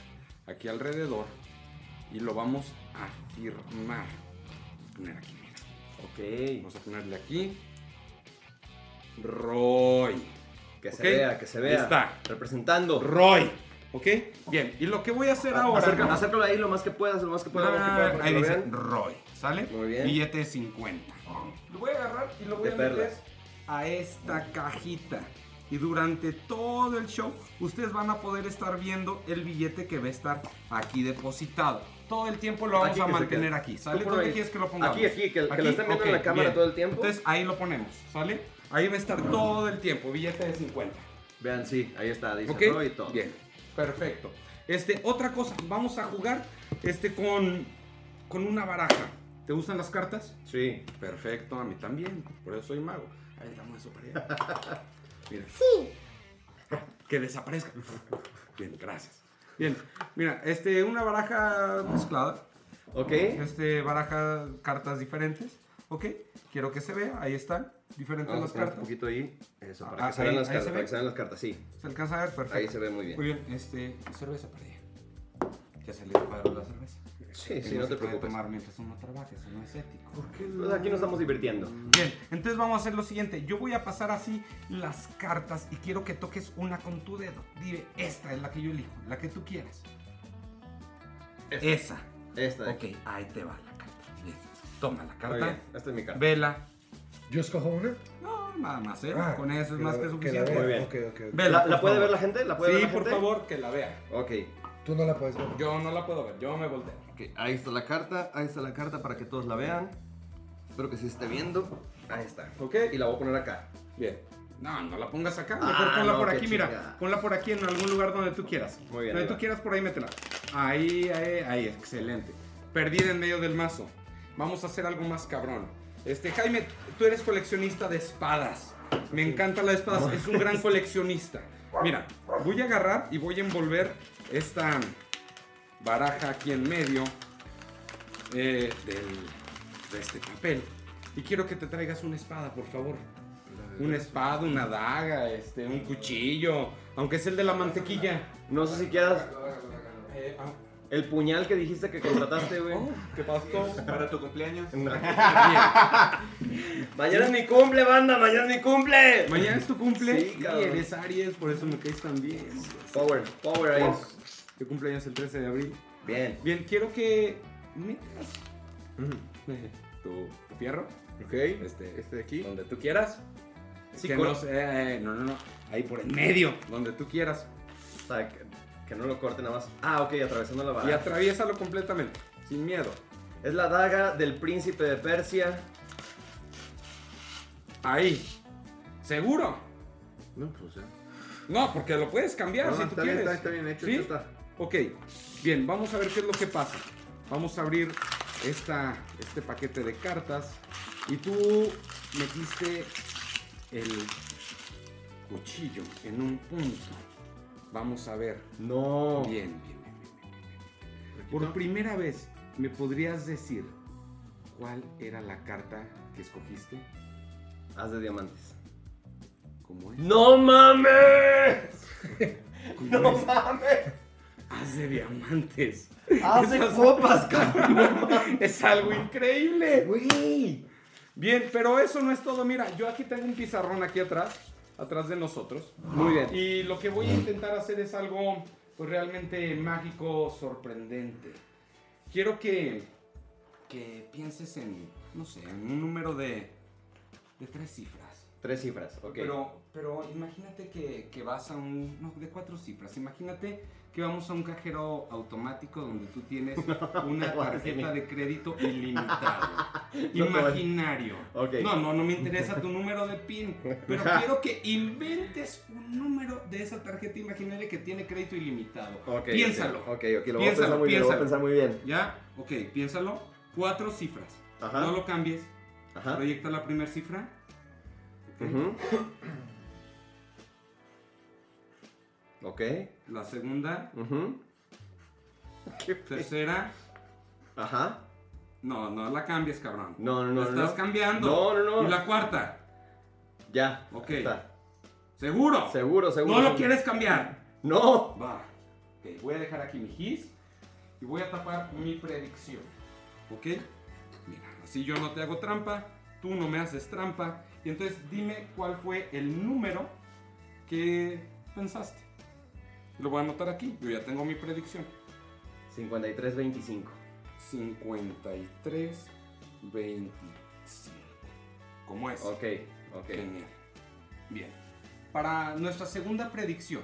Speaker 3: aquí alrededor y lo vamos a firmar. Vamos a poner aquí, mira.
Speaker 1: Ok.
Speaker 3: Vamos a ponerle aquí. Roy.
Speaker 1: Que se
Speaker 3: Ok.
Speaker 1: vea, que se vea.
Speaker 3: Ahí está.
Speaker 1: Representando.
Speaker 3: Roy. ¿Ok? Bien, y lo que voy a hacer
Speaker 1: A-
Speaker 3: ahora.
Speaker 1: acércalo- Acércalo ahí lo más que puedas, lo más que puedas. lo más que puedas
Speaker 3: Ah,
Speaker 1: para
Speaker 3: Ahí
Speaker 1: que lo
Speaker 3: dice
Speaker 1: vean.
Speaker 3: Roy, ¿sale?
Speaker 1: Muy bien.
Speaker 3: Billete de 50. Lo voy a agarrar y lo voy
Speaker 1: De
Speaker 3: a meter
Speaker 1: perlas.
Speaker 3: a esta cajita. Y durante todo el show, ustedes van a poder estar viendo el billete que va a estar aquí depositado. Todo el tiempo lo vamos
Speaker 1: Aquí
Speaker 3: a
Speaker 1: que se
Speaker 3: mantener
Speaker 1: quede.
Speaker 3: aquí, ¿sale?
Speaker 1: Tú por
Speaker 3: ¿Dónde
Speaker 1: ahí.
Speaker 3: quieres que lo pongamos?
Speaker 1: Aquí, aquí, que- que lo estén viendo
Speaker 3: ok,
Speaker 1: en la cámara todo el tiempo.
Speaker 3: Entonces ahí lo ponemos, ¿sale? Ahí va a estar todo el tiempo, billete de 50.
Speaker 1: Vean, sí, ahí está, dice
Speaker 3: Ok,
Speaker 1: Roy y todo.
Speaker 3: Bien, perfecto. Este, otra cosa, vamos a jugar este, con, con una baraja. ¿Te gustan las cartas?
Speaker 1: Sí.
Speaker 3: Perfecto, a mí también, por eso soy mago. A ver, dame eso para allá. Mira. Que desaparezca. Bien, gracias. Bien, mira, este, una baraja mezclada.
Speaker 1: Ok.
Speaker 3: Este, baraja cartas diferentes. Ok, quiero que se vea, ahí están, diferentes
Speaker 1: Vamos
Speaker 3: las
Speaker 1: a poner un
Speaker 3: cartas.
Speaker 1: poquito ahí. Eso, para
Speaker 3: Ah,
Speaker 1: que se vean
Speaker 3: ahí-
Speaker 1: las
Speaker 3: ahí
Speaker 1: cartas.
Speaker 3: se
Speaker 1: Para
Speaker 3: ve.
Speaker 1: que se vean las cartas, sí.
Speaker 3: ¿Se alcanza a ver? Perfecto.
Speaker 1: Ahí se ve muy bien.
Speaker 3: Muy bien, este, cerveza para ella. Ya se le cuadro la cerveza.
Speaker 1: Sí,
Speaker 3: Que
Speaker 1: sí, no
Speaker 3: se
Speaker 1: te
Speaker 3: puede
Speaker 1: preocupes.
Speaker 3: tomar mientras uno trabaja, eso no es ético.
Speaker 1: Pues aquí nos estamos divirtiendo.
Speaker 3: Bien, entonces vamos a hacer lo siguiente. Yo voy a pasar así las cartas y quiero que toques una con tu dedo. Dime, esta es la que yo elijo, la que tú quieras. Esa.
Speaker 1: Esta de
Speaker 3: Ok,
Speaker 1: aquí.
Speaker 3: ahí te va la carta. Bien, Toma la
Speaker 1: Muy
Speaker 3: carta,
Speaker 1: bien, Esta es mi carta.
Speaker 3: vela.
Speaker 4: Yo escojo una.
Speaker 3: No, nada más, ¿eh?
Speaker 4: Ah,
Speaker 3: Con eso es más que
Speaker 4: la- la
Speaker 3: suficiente.
Speaker 4: vea.
Speaker 1: Muy bien.
Speaker 4: Ok, ok, ok.
Speaker 3: Vela,
Speaker 1: ¿La,
Speaker 3: por
Speaker 1: la puede
Speaker 3: favor.
Speaker 1: ver la gente? ¿La puede
Speaker 3: Sí,
Speaker 1: ver la
Speaker 3: por
Speaker 1: gente?
Speaker 3: favor, que la vea.
Speaker 1: Ok.
Speaker 4: Tú no la puedes ver.
Speaker 3: Yo no la puedo ver, yo me volteo.
Speaker 1: Ok, ahí está la carta, ahí está la carta para que todos la vean. Espero que se esté viendo. Ahí está.
Speaker 3: Ok.
Speaker 1: Y la voy a poner acá.
Speaker 3: Bien. No, no la pongas acá.
Speaker 1: Ah,
Speaker 3: Mejor ponla
Speaker 1: no,
Speaker 3: por
Speaker 1: qué
Speaker 3: aquí, mira.
Speaker 1: chingada.
Speaker 3: Ponla por aquí en algún lugar donde tú quieras.
Speaker 1: Muy bien, ahí
Speaker 3: Donde tú
Speaker 1: va.
Speaker 3: quieras, por ahí métela. Ahí, ahí, ahí, excelente. Perdida en medio del mazo. Vamos a hacer algo más cabrón. Este, Jaime, tú eres coleccionista de espadas. Me encanta la espada, es un gran coleccionista. Mira, voy a agarrar y voy a envolver esta baraja aquí en medio eh, del- de este papel. Y quiero que te traigas una espada, por favor. Una espada, una daga, este, un cuchillo. Aunque es el de la mantequilla.
Speaker 1: No sé si quieras.
Speaker 3: Eh, ah,
Speaker 1: El puñal que dijiste que contrataste,
Speaker 3: Oh,
Speaker 1: güey.
Speaker 2: ¿Qué pasó? Para tu cumpleaños.
Speaker 1: Mañana es mi cumple, banda, mañana es mi cumple.
Speaker 3: Eh, Mañana es tu cumple.
Speaker 1: Sí, cabrón.
Speaker 3: Y eres Aries, por eso me caes tan bien. Oh,
Speaker 1: Power, power ahí.
Speaker 3: Tu cumpleaños el 13 de abril.
Speaker 1: Bien.
Speaker 3: Bien, quiero que metas tu, tu fierro
Speaker 2: Ok.
Speaker 3: Este-
Speaker 2: Este, este de aquí.
Speaker 3: donde tú quieras.
Speaker 2: Sí,
Speaker 3: Que
Speaker 2: con-
Speaker 3: no, sea- eh, no, no, no. Ahí por en medio, donde tú quieras.
Speaker 1: O sea, que, que no lo corte nada más. Ah, ok, atravesando la
Speaker 3: Y
Speaker 1: vara.
Speaker 3: atraviésalo completamente, sin miedo.
Speaker 1: Es la daga del príncipe de Persia.
Speaker 3: Ahí. ¿Seguro?
Speaker 2: No, pues ya.
Speaker 3: No, porque lo puedes cambiar
Speaker 2: No,
Speaker 3: si tú
Speaker 2: está, bien,
Speaker 3: quieres.
Speaker 2: está, está bien hecho,
Speaker 3: ¿Sí?
Speaker 2: hecho está.
Speaker 3: Ok, bien, vamos a ver qué es lo que pasa. Vamos a abrir esta, este paquete de cartas. Y tú metiste el cuchillo en un punto. Vamos a ver.
Speaker 1: No.
Speaker 2: Oh.
Speaker 3: Bien, bien, bien, bien. Por primera vez, ¿me podrías decir cuál era la carta que escogiste?
Speaker 1: Haz de diamantes.
Speaker 3: ¿Cómo es?
Speaker 1: ¡No mames!
Speaker 3: ¿Cómo
Speaker 1: ¡No
Speaker 3: es?
Speaker 1: mames!
Speaker 3: Haz de diamantes.
Speaker 1: Haz de
Speaker 3: Esas-
Speaker 1: copas, cabrón.
Speaker 3: es algo increíble.
Speaker 1: Güey.
Speaker 3: Bien, pero eso no es todo. Mira, yo aquí tengo un pizarrón aquí atrás, atrás de nosotros.
Speaker 1: Muy bien.
Speaker 3: Y lo que voy a intentar hacer es algo pues, realmente mágico, sorprendente. Quiero que, que pienses en, no sé, en un número de, de tres cifras.
Speaker 1: Tres cifras, ok.
Speaker 3: Pero, pero imagínate que, que vas a un... No, de cuatro cifras. Imagínate que vamos a un cajero automático donde tú tienes una
Speaker 1: te voy a decir.
Speaker 3: tarjeta de crédito ilimitado.
Speaker 1: No te voy a-
Speaker 3: imaginario.
Speaker 1: Ok.
Speaker 3: No, no, no me interesa tu número de PIN. Pero quiero que inventes un número de esa tarjeta imaginaria que tiene crédito ilimitado.
Speaker 1: Ok,
Speaker 3: piénsalo.
Speaker 1: Ok, ok, lo voy a
Speaker 3: Piénsalo,
Speaker 1: pensar muy bien. Lo voy a
Speaker 3: piénsalo.
Speaker 1: pensar muy bien.
Speaker 3: ¿Ya? Ok, piénsalo. Cuatro cifras.
Speaker 1: Ajá.
Speaker 3: No lo cambies.
Speaker 1: Ajá.
Speaker 3: Proyecta la primera cifra. Ok.
Speaker 1: Ujú. Ok.
Speaker 3: La segunda.
Speaker 1: ujú,
Speaker 3: Tercera.
Speaker 1: Ajá.
Speaker 3: No, no la cambies, cabrón.
Speaker 1: No, no, no.
Speaker 3: la
Speaker 1: no,
Speaker 3: estás
Speaker 1: no.
Speaker 3: cambiando.
Speaker 1: No, no, no.
Speaker 3: Y la cuarta.
Speaker 1: Ya.
Speaker 3: Ok.
Speaker 1: ahí está.
Speaker 3: ¿Seguro?
Speaker 1: Seguro, seguro.
Speaker 3: No lo quieres cambiar.
Speaker 1: No.
Speaker 3: Va. Ok, voy a dejar aquí mi gis y voy a tapar mi predicción. ¿Ok? Mira, así yo no te hago trampa, tú no me haces trampa. Y entonces dime cuál fue el número que pensaste. Lo voy a anotar aquí, yo ya tengo mi predicción.
Speaker 1: 53-25.
Speaker 3: 53, 25. ¿Cómo es?
Speaker 1: Ok, ok.
Speaker 3: Genial. Eh, Bien. Para nuestra segunda predicción,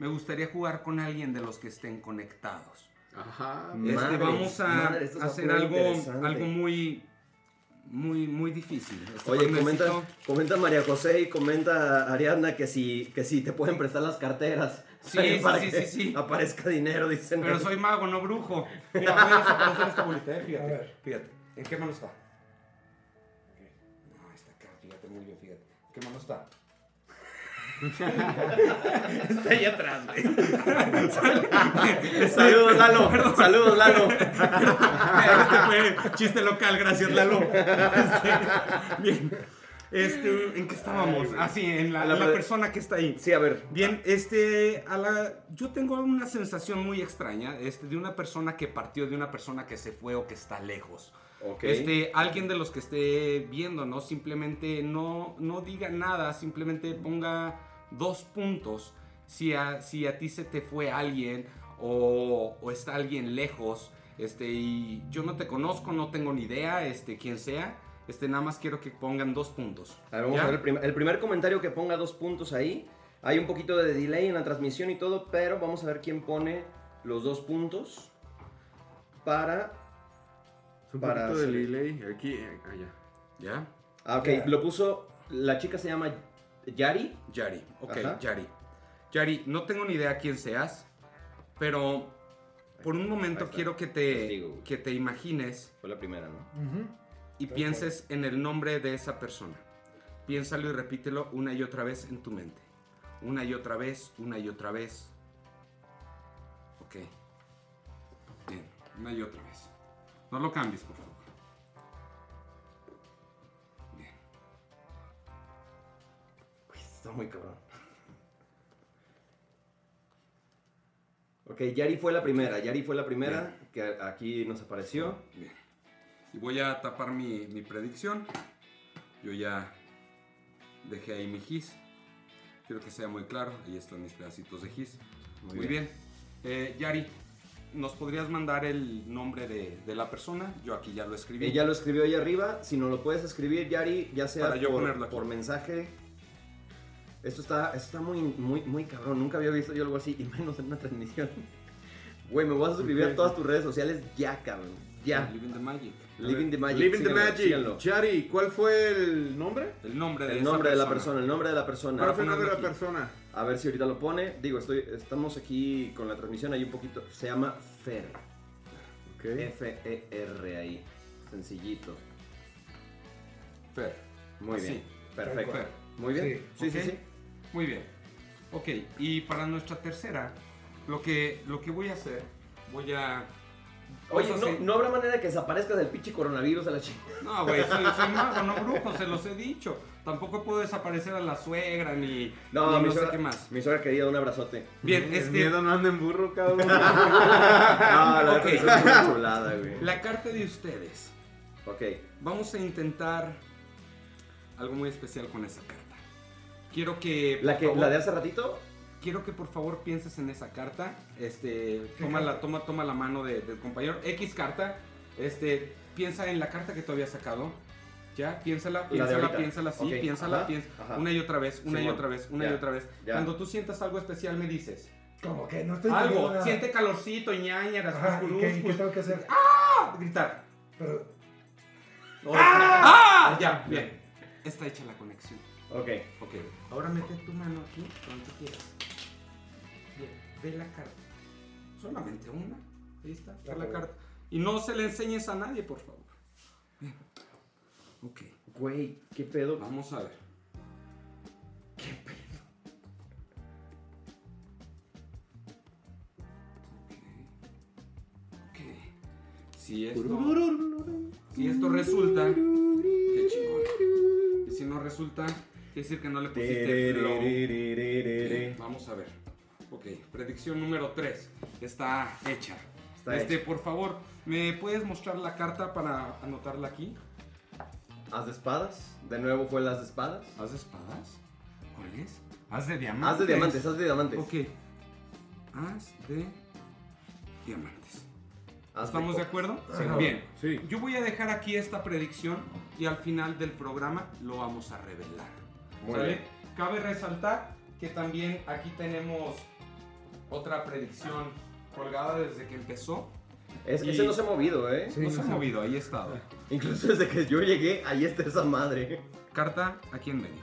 Speaker 3: me gustaría jugar con alguien de los que estén conectados.
Speaker 2: Ajá.
Speaker 1: Mm. Madres,
Speaker 3: Este, vamos a
Speaker 1: madres, esto se va a
Speaker 3: hacer
Speaker 1: poner
Speaker 3: algo,
Speaker 1: interesante.
Speaker 3: algo muy, muy, muy difícil. Este,
Speaker 1: Oye,
Speaker 3: pues,
Speaker 1: comenta,
Speaker 3: necesito-
Speaker 1: comenta María José y comenta Ariadna que si, que si te pueden prestar las carteras.
Speaker 3: Sí, sí,
Speaker 1: Para
Speaker 3: sí,
Speaker 1: que
Speaker 3: sí, sí.
Speaker 1: Aparezca dinero, dicen.
Speaker 3: Pero soy mago, no brujo. Mira, voy a desaparecer esta bolita, eh,
Speaker 4: A ver.
Speaker 3: Fíjate. ¿En qué mano está? No, está acá, fíjate muy bien, fíjate. ¿En qué mano está? está ahí atrás, güey.
Speaker 1: Saludos, Lalo.
Speaker 3: Perdón.
Speaker 1: Saludos, Lalo.
Speaker 3: este fue chiste local, gracias Lalo. Este, bien. Este, ¿En qué estábamos? Ah, sí, en la,
Speaker 1: La
Speaker 3: en la
Speaker 1: pre-
Speaker 3: persona que está ahí.
Speaker 1: Sí, a ver.
Speaker 3: Bien, este, a la, yo tengo una sensación muy extraña este, de una persona que partió, de una persona que se fue o que está lejos.
Speaker 1: Ok.
Speaker 3: Este, alguien de los que esté viendo, ¿no? Simplemente no, no diga nada, simplemente ponga dos puntos si a, si a ti se te fue alguien o, o está alguien lejos, este, y yo no te conozco, no tengo ni idea, este, quién sea, este, nada más quiero que pongan dos puntos.
Speaker 1: A ver, vamos
Speaker 3: ¿ya?
Speaker 1: a ver el, prim- el primer comentario que ponga dos puntos ahí. Hay un poquito de delay en la transmisión y todo, pero vamos a ver quién pone los dos puntos para...
Speaker 2: Es un
Speaker 1: Para
Speaker 2: poquito de
Speaker 1: hacer-
Speaker 2: delay. Aquí, eh, allá.
Speaker 3: ¿Ya?
Speaker 1: Ah, ok,
Speaker 4: Ya.
Speaker 1: lo puso... La chica se llama Yari.
Speaker 3: Yari, ok,
Speaker 1: Ajá.
Speaker 3: Yari. Yari, no tengo ni idea quién seas, pero por un
Speaker 1: Ahí
Speaker 3: momento
Speaker 1: está.
Speaker 3: quiero que te,
Speaker 1: Testigo, güey.
Speaker 3: que te imagines
Speaker 1: Fue la primera, ¿no?
Speaker 4: Ujú.
Speaker 3: y
Speaker 4: Tal
Speaker 3: pienses en el nombre de esa persona. Piénsalo y repítelo una y otra vez en tu mente. Una y otra vez, una y otra vez. Ok. Bien, una y otra vez. No lo cambies, por favor. Bien.
Speaker 1: Uy, está muy cabrón. Ok, Yari fue la primera, Yari fue la primera que a- aquí nos apareció.
Speaker 3: Bien. Y voy a tapar mi, mi predicción. Yo ya dejé ahí mi gis. Quiero que sea muy claro. Ahí están mis pedacitos de gis. Muy, bien. Eh, Yari, ¿nos podrías mandar el nombre de, de la persona? Yo aquí ya lo escribí.
Speaker 1: Ella Eh, lo escribió ahí arriba. Si no lo puedes escribir, Yari, ya sea
Speaker 3: Para yo
Speaker 1: por,
Speaker 3: ponerlo aquí.
Speaker 1: por mensaje. Esto está, esto está muy, muy, muy cabrón. Nunca había visto yo algo así, y menos en una transmisión. Güey, me vas a suscribir a todas tus redes sociales ya, cabrón. Ya.
Speaker 3: Living the Magic.
Speaker 1: Living the Magic.
Speaker 2: Living the
Speaker 1: síganlo,
Speaker 2: Magic.
Speaker 1: síganlo.
Speaker 2: Yari, ¿cuál fue el nombre?
Speaker 3: El nombre de
Speaker 1: El
Speaker 3: esa
Speaker 1: nombre de la persona, el nombre de la
Speaker 2: ¿Cuál
Speaker 1: persona.
Speaker 2: fue el nombre de la
Speaker 3: aquí.
Speaker 2: persona?
Speaker 1: A ver si ahorita lo pone. Digo, estoy, estamos aquí con la transmisión ahí un poquito. Se llama Fer. Eh, F-E-R ahí. Sencillito.
Speaker 3: Fer.
Speaker 1: Muy
Speaker 3: Así.
Speaker 1: bien. Perfecto.
Speaker 3: Fer.
Speaker 1: Muy bien. Sí,
Speaker 3: Sí.
Speaker 1: sí,
Speaker 3: Ok.
Speaker 1: sí.
Speaker 3: Muy bien. Ok, y para nuestra tercera, lo que, lo que voy a hacer, voy a...
Speaker 1: Oye,
Speaker 3: Vamos a
Speaker 1: no,
Speaker 3: hacer-
Speaker 1: no habrá manera de que desaparezca del pinche coronavirus a la chica.
Speaker 3: No, güey, sí, soy mago, no brujo, se los he dicho. Tampoco puedo desaparecer a la suegra ni, ni no sé qué más.
Speaker 1: Mi suegra querida, un abrazote.
Speaker 3: Bien,
Speaker 2: El
Speaker 3: este,
Speaker 2: miedo no anda en burro, cabrón.
Speaker 1: No, la
Speaker 3: Ok.
Speaker 1: okay. es una chulada, güey.
Speaker 3: la carta de ustedes.
Speaker 1: Ok.
Speaker 3: Vamos a intentar algo muy especial con esa carta. Quiero que, por
Speaker 1: La, que,
Speaker 3: favor,
Speaker 1: la de hace ratito,
Speaker 3: quiero que por favor pienses en esa carta. Este,
Speaker 4: ¿Qué
Speaker 3: toma la,
Speaker 4: carta?
Speaker 3: toma, toma la mano de- del compañero. X carta. Este, piensa en la carta que tú habías sacado. Ya, piénsala,
Speaker 1: de
Speaker 3: piénsala,
Speaker 1: ahorita.
Speaker 3: piénsala, sí,
Speaker 1: Ok,
Speaker 3: piénsala,
Speaker 1: ajá,
Speaker 3: piénsala.
Speaker 1: ajá.
Speaker 3: Una y otra vez, una y
Speaker 1: Simón,
Speaker 3: otra vez, una y
Speaker 1: ya,
Speaker 3: otra vez.
Speaker 1: ya.
Speaker 3: Cuando tú sientas algo especial me dices.
Speaker 4: Como que no estoy entendiendo
Speaker 3: Algo,
Speaker 4: nada.
Speaker 3: siente calorcito, ñañaras,
Speaker 4: Ajá, ¿y qué, y qué
Speaker 3: cuscurúscus.
Speaker 4: tengo que hacer?
Speaker 3: ¡Ah! Gritar.
Speaker 4: Pero,
Speaker 3: ¡Ah! Ya, bien. Está hecha la conexión.
Speaker 1: ok.
Speaker 3: Ok. Ahora mete tu mano aquí donde tú quieras. Bien, Ve la carta. Solamente una. Ahí está. Ve la
Speaker 4: Ok.
Speaker 3: carta. Y no se le enseñes a nadie, por favor. Bien. Ok.
Speaker 1: Güey, qué pedo.
Speaker 3: Vamos a ver. ¿Qué pedo? Ok. Ok. Si esto, si esto resulta, qué chingón. Y si no resulta, quiere decir que no le pusiste flow.
Speaker 1: Está
Speaker 3: Vamos a ver. Ok, predicción número 3. Está hecha. este,
Speaker 1: este...
Speaker 3: por favor, ¿me puedes mostrar la carta para anotarla aquí?
Speaker 1: Haz de espadas. De nuevo fue el haz de espadas.
Speaker 3: ¿Haz de espadas? ¿Cuál es? ¿Haz de diamantes?
Speaker 1: Haz de diamantes, haz de diamantes.
Speaker 3: Ok. Haz de diamantes.
Speaker 1: Haz
Speaker 3: ¿Estamos de
Speaker 1: co-
Speaker 3: acuerdo?
Speaker 4: Ajá.
Speaker 3: Bien.
Speaker 2: Sí.
Speaker 3: Yo voy a dejar aquí esta predicción y al final del programa lo vamos a revelar.
Speaker 1: Muy
Speaker 3: ¿Sale?
Speaker 1: bien.
Speaker 3: Cabe resaltar que también aquí tenemos otra predicción colgada desde que empezó.
Speaker 1: Es-
Speaker 3: Y-
Speaker 1: Ese no se ha movido, ¿eh?
Speaker 4: Sí,
Speaker 3: no se ha
Speaker 4: no sé.
Speaker 3: movido, ahí ha estado.
Speaker 1: Incluso desde que yo llegué, ahí está esa madre.
Speaker 3: Carta aquí en medio.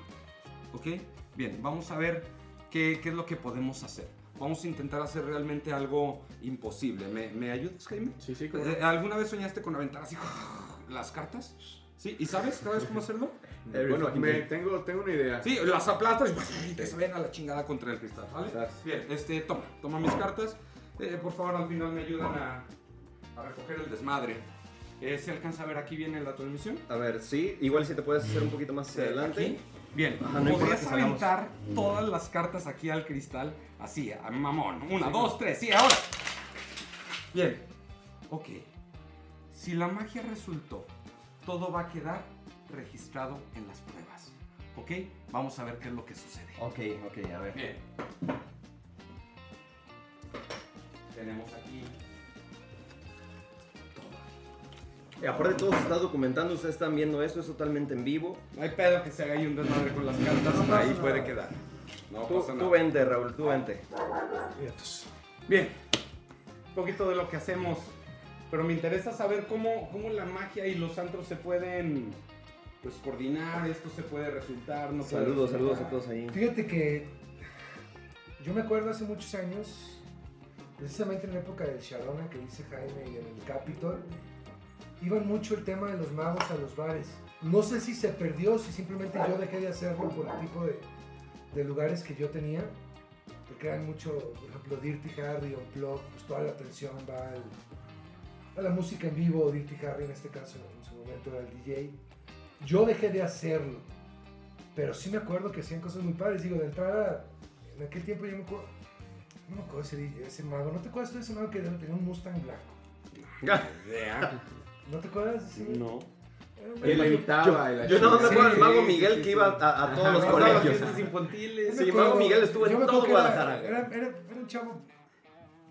Speaker 3: ¿Ok? Bien, vamos a ver qué, qué es lo que podemos hacer. Vamos a intentar hacer realmente algo imposible. ¿Me, me ayudas, Jaime?
Speaker 2: Sí, sí, como-
Speaker 3: Eh, ¿Alguna vez soñaste con aventar así las cartas? ¿Sí? ¿Y sabes? ¿Sabes cómo hacerlo?
Speaker 1: Every
Speaker 2: Bueno,
Speaker 1: fucking
Speaker 2: me-
Speaker 1: day.
Speaker 2: tengo, tengo una idea.
Speaker 3: Sí, las aplastas y te se ven a la chingada contra el cristal, ¿vale?
Speaker 1: Claro.
Speaker 3: Bien, este, toma, toma mis cartas. Eh, por favor, al final me ayudan a, a recoger el desmadre. Eh, ¿Se alcanza a ver aquí viene la transmisión?
Speaker 1: A ver, sí. Igual si te puedes hacer un poquito más hacia adelante.
Speaker 3: Aquí. Bien,
Speaker 1: Ajá, no importa
Speaker 3: podrías
Speaker 1: que salgamos.
Speaker 3: aventar todas las cartas aquí al cristal, así, a mamón. Una, dos, tres, sí, ahora. Bien, ok. Si la magia resultó, todo va a quedar registrado en las pruebas. ¿Ok? Vamos a ver qué es lo que sucede.
Speaker 1: Ok, ok, a ver.
Speaker 3: Bien. Tenemos aquí todo.
Speaker 1: Y Eh, aparte todo se está documentando, ustedes están viendo esto, es totalmente en vivo.
Speaker 3: No hay pedo que se haga ahí un desmadre con las cartas,
Speaker 4: No pasa
Speaker 3: ahí
Speaker 4: nada.
Speaker 3: puede quedar. No
Speaker 1: Tú,
Speaker 3: pasa
Speaker 1: tú
Speaker 3: nada.
Speaker 1: vente, Raúl, tú vente.
Speaker 4: vientos.
Speaker 3: Bien, un poquito de lo que hacemos, pero me interesa saber cómo, cómo la magia y los antros se pueden pues, coordinar, esto se puede resultar, no puede
Speaker 1: Saludos,
Speaker 3: resultar.
Speaker 1: saludos a todos ahí.
Speaker 4: Fíjate que yo me acuerdo hace muchos años, precisamente en la época del Sharona que dice Jaime y en el Capitol, iban mucho el tema de los magos a los bares. No sé si se perdió, si simplemente yo dejé de hacerlo por el tipo de, de lugares que yo tenía, porque eran mucho, por ejemplo, Dirty Harry o Plug, pues toda la atención va al- a la música en vivo, Dirty Harry en este caso en su momento era el DJ. Yo dejé de hacerlo. Pero sí me acuerdo que hacían cosas muy padres. Digo, de entrada, en aquel tiempo yo me acuerdo. No me acuerdo ese, DJ, ese mago. ¿No te acuerdas tú de ese mago que tenía un Mustang blanco?
Speaker 3: Vea.
Speaker 4: ¿No te acuerdas? de ese güey?
Speaker 3: No.
Speaker 4: Era
Speaker 2: Que
Speaker 4: un güey-
Speaker 2: le evitaba. y la
Speaker 1: Yo no me
Speaker 2: chingada.
Speaker 1: acuerdo del
Speaker 2: Sí,
Speaker 1: mago
Speaker 2: sí,
Speaker 1: Miguel
Speaker 2: sí,
Speaker 1: que
Speaker 2: sí.
Speaker 1: iba a, a todos los
Speaker 2: a todas las
Speaker 1: colegios.
Speaker 2: fiestas
Speaker 4: Yo
Speaker 3: infantiles.
Speaker 4: me
Speaker 1: Sí, Mago
Speaker 4: acuerdo-
Speaker 1: Miguel estuvo en
Speaker 4: yo me
Speaker 1: todo
Speaker 4: acuerdo que era-
Speaker 1: Guadalajara.
Speaker 4: Era, era- era un chavo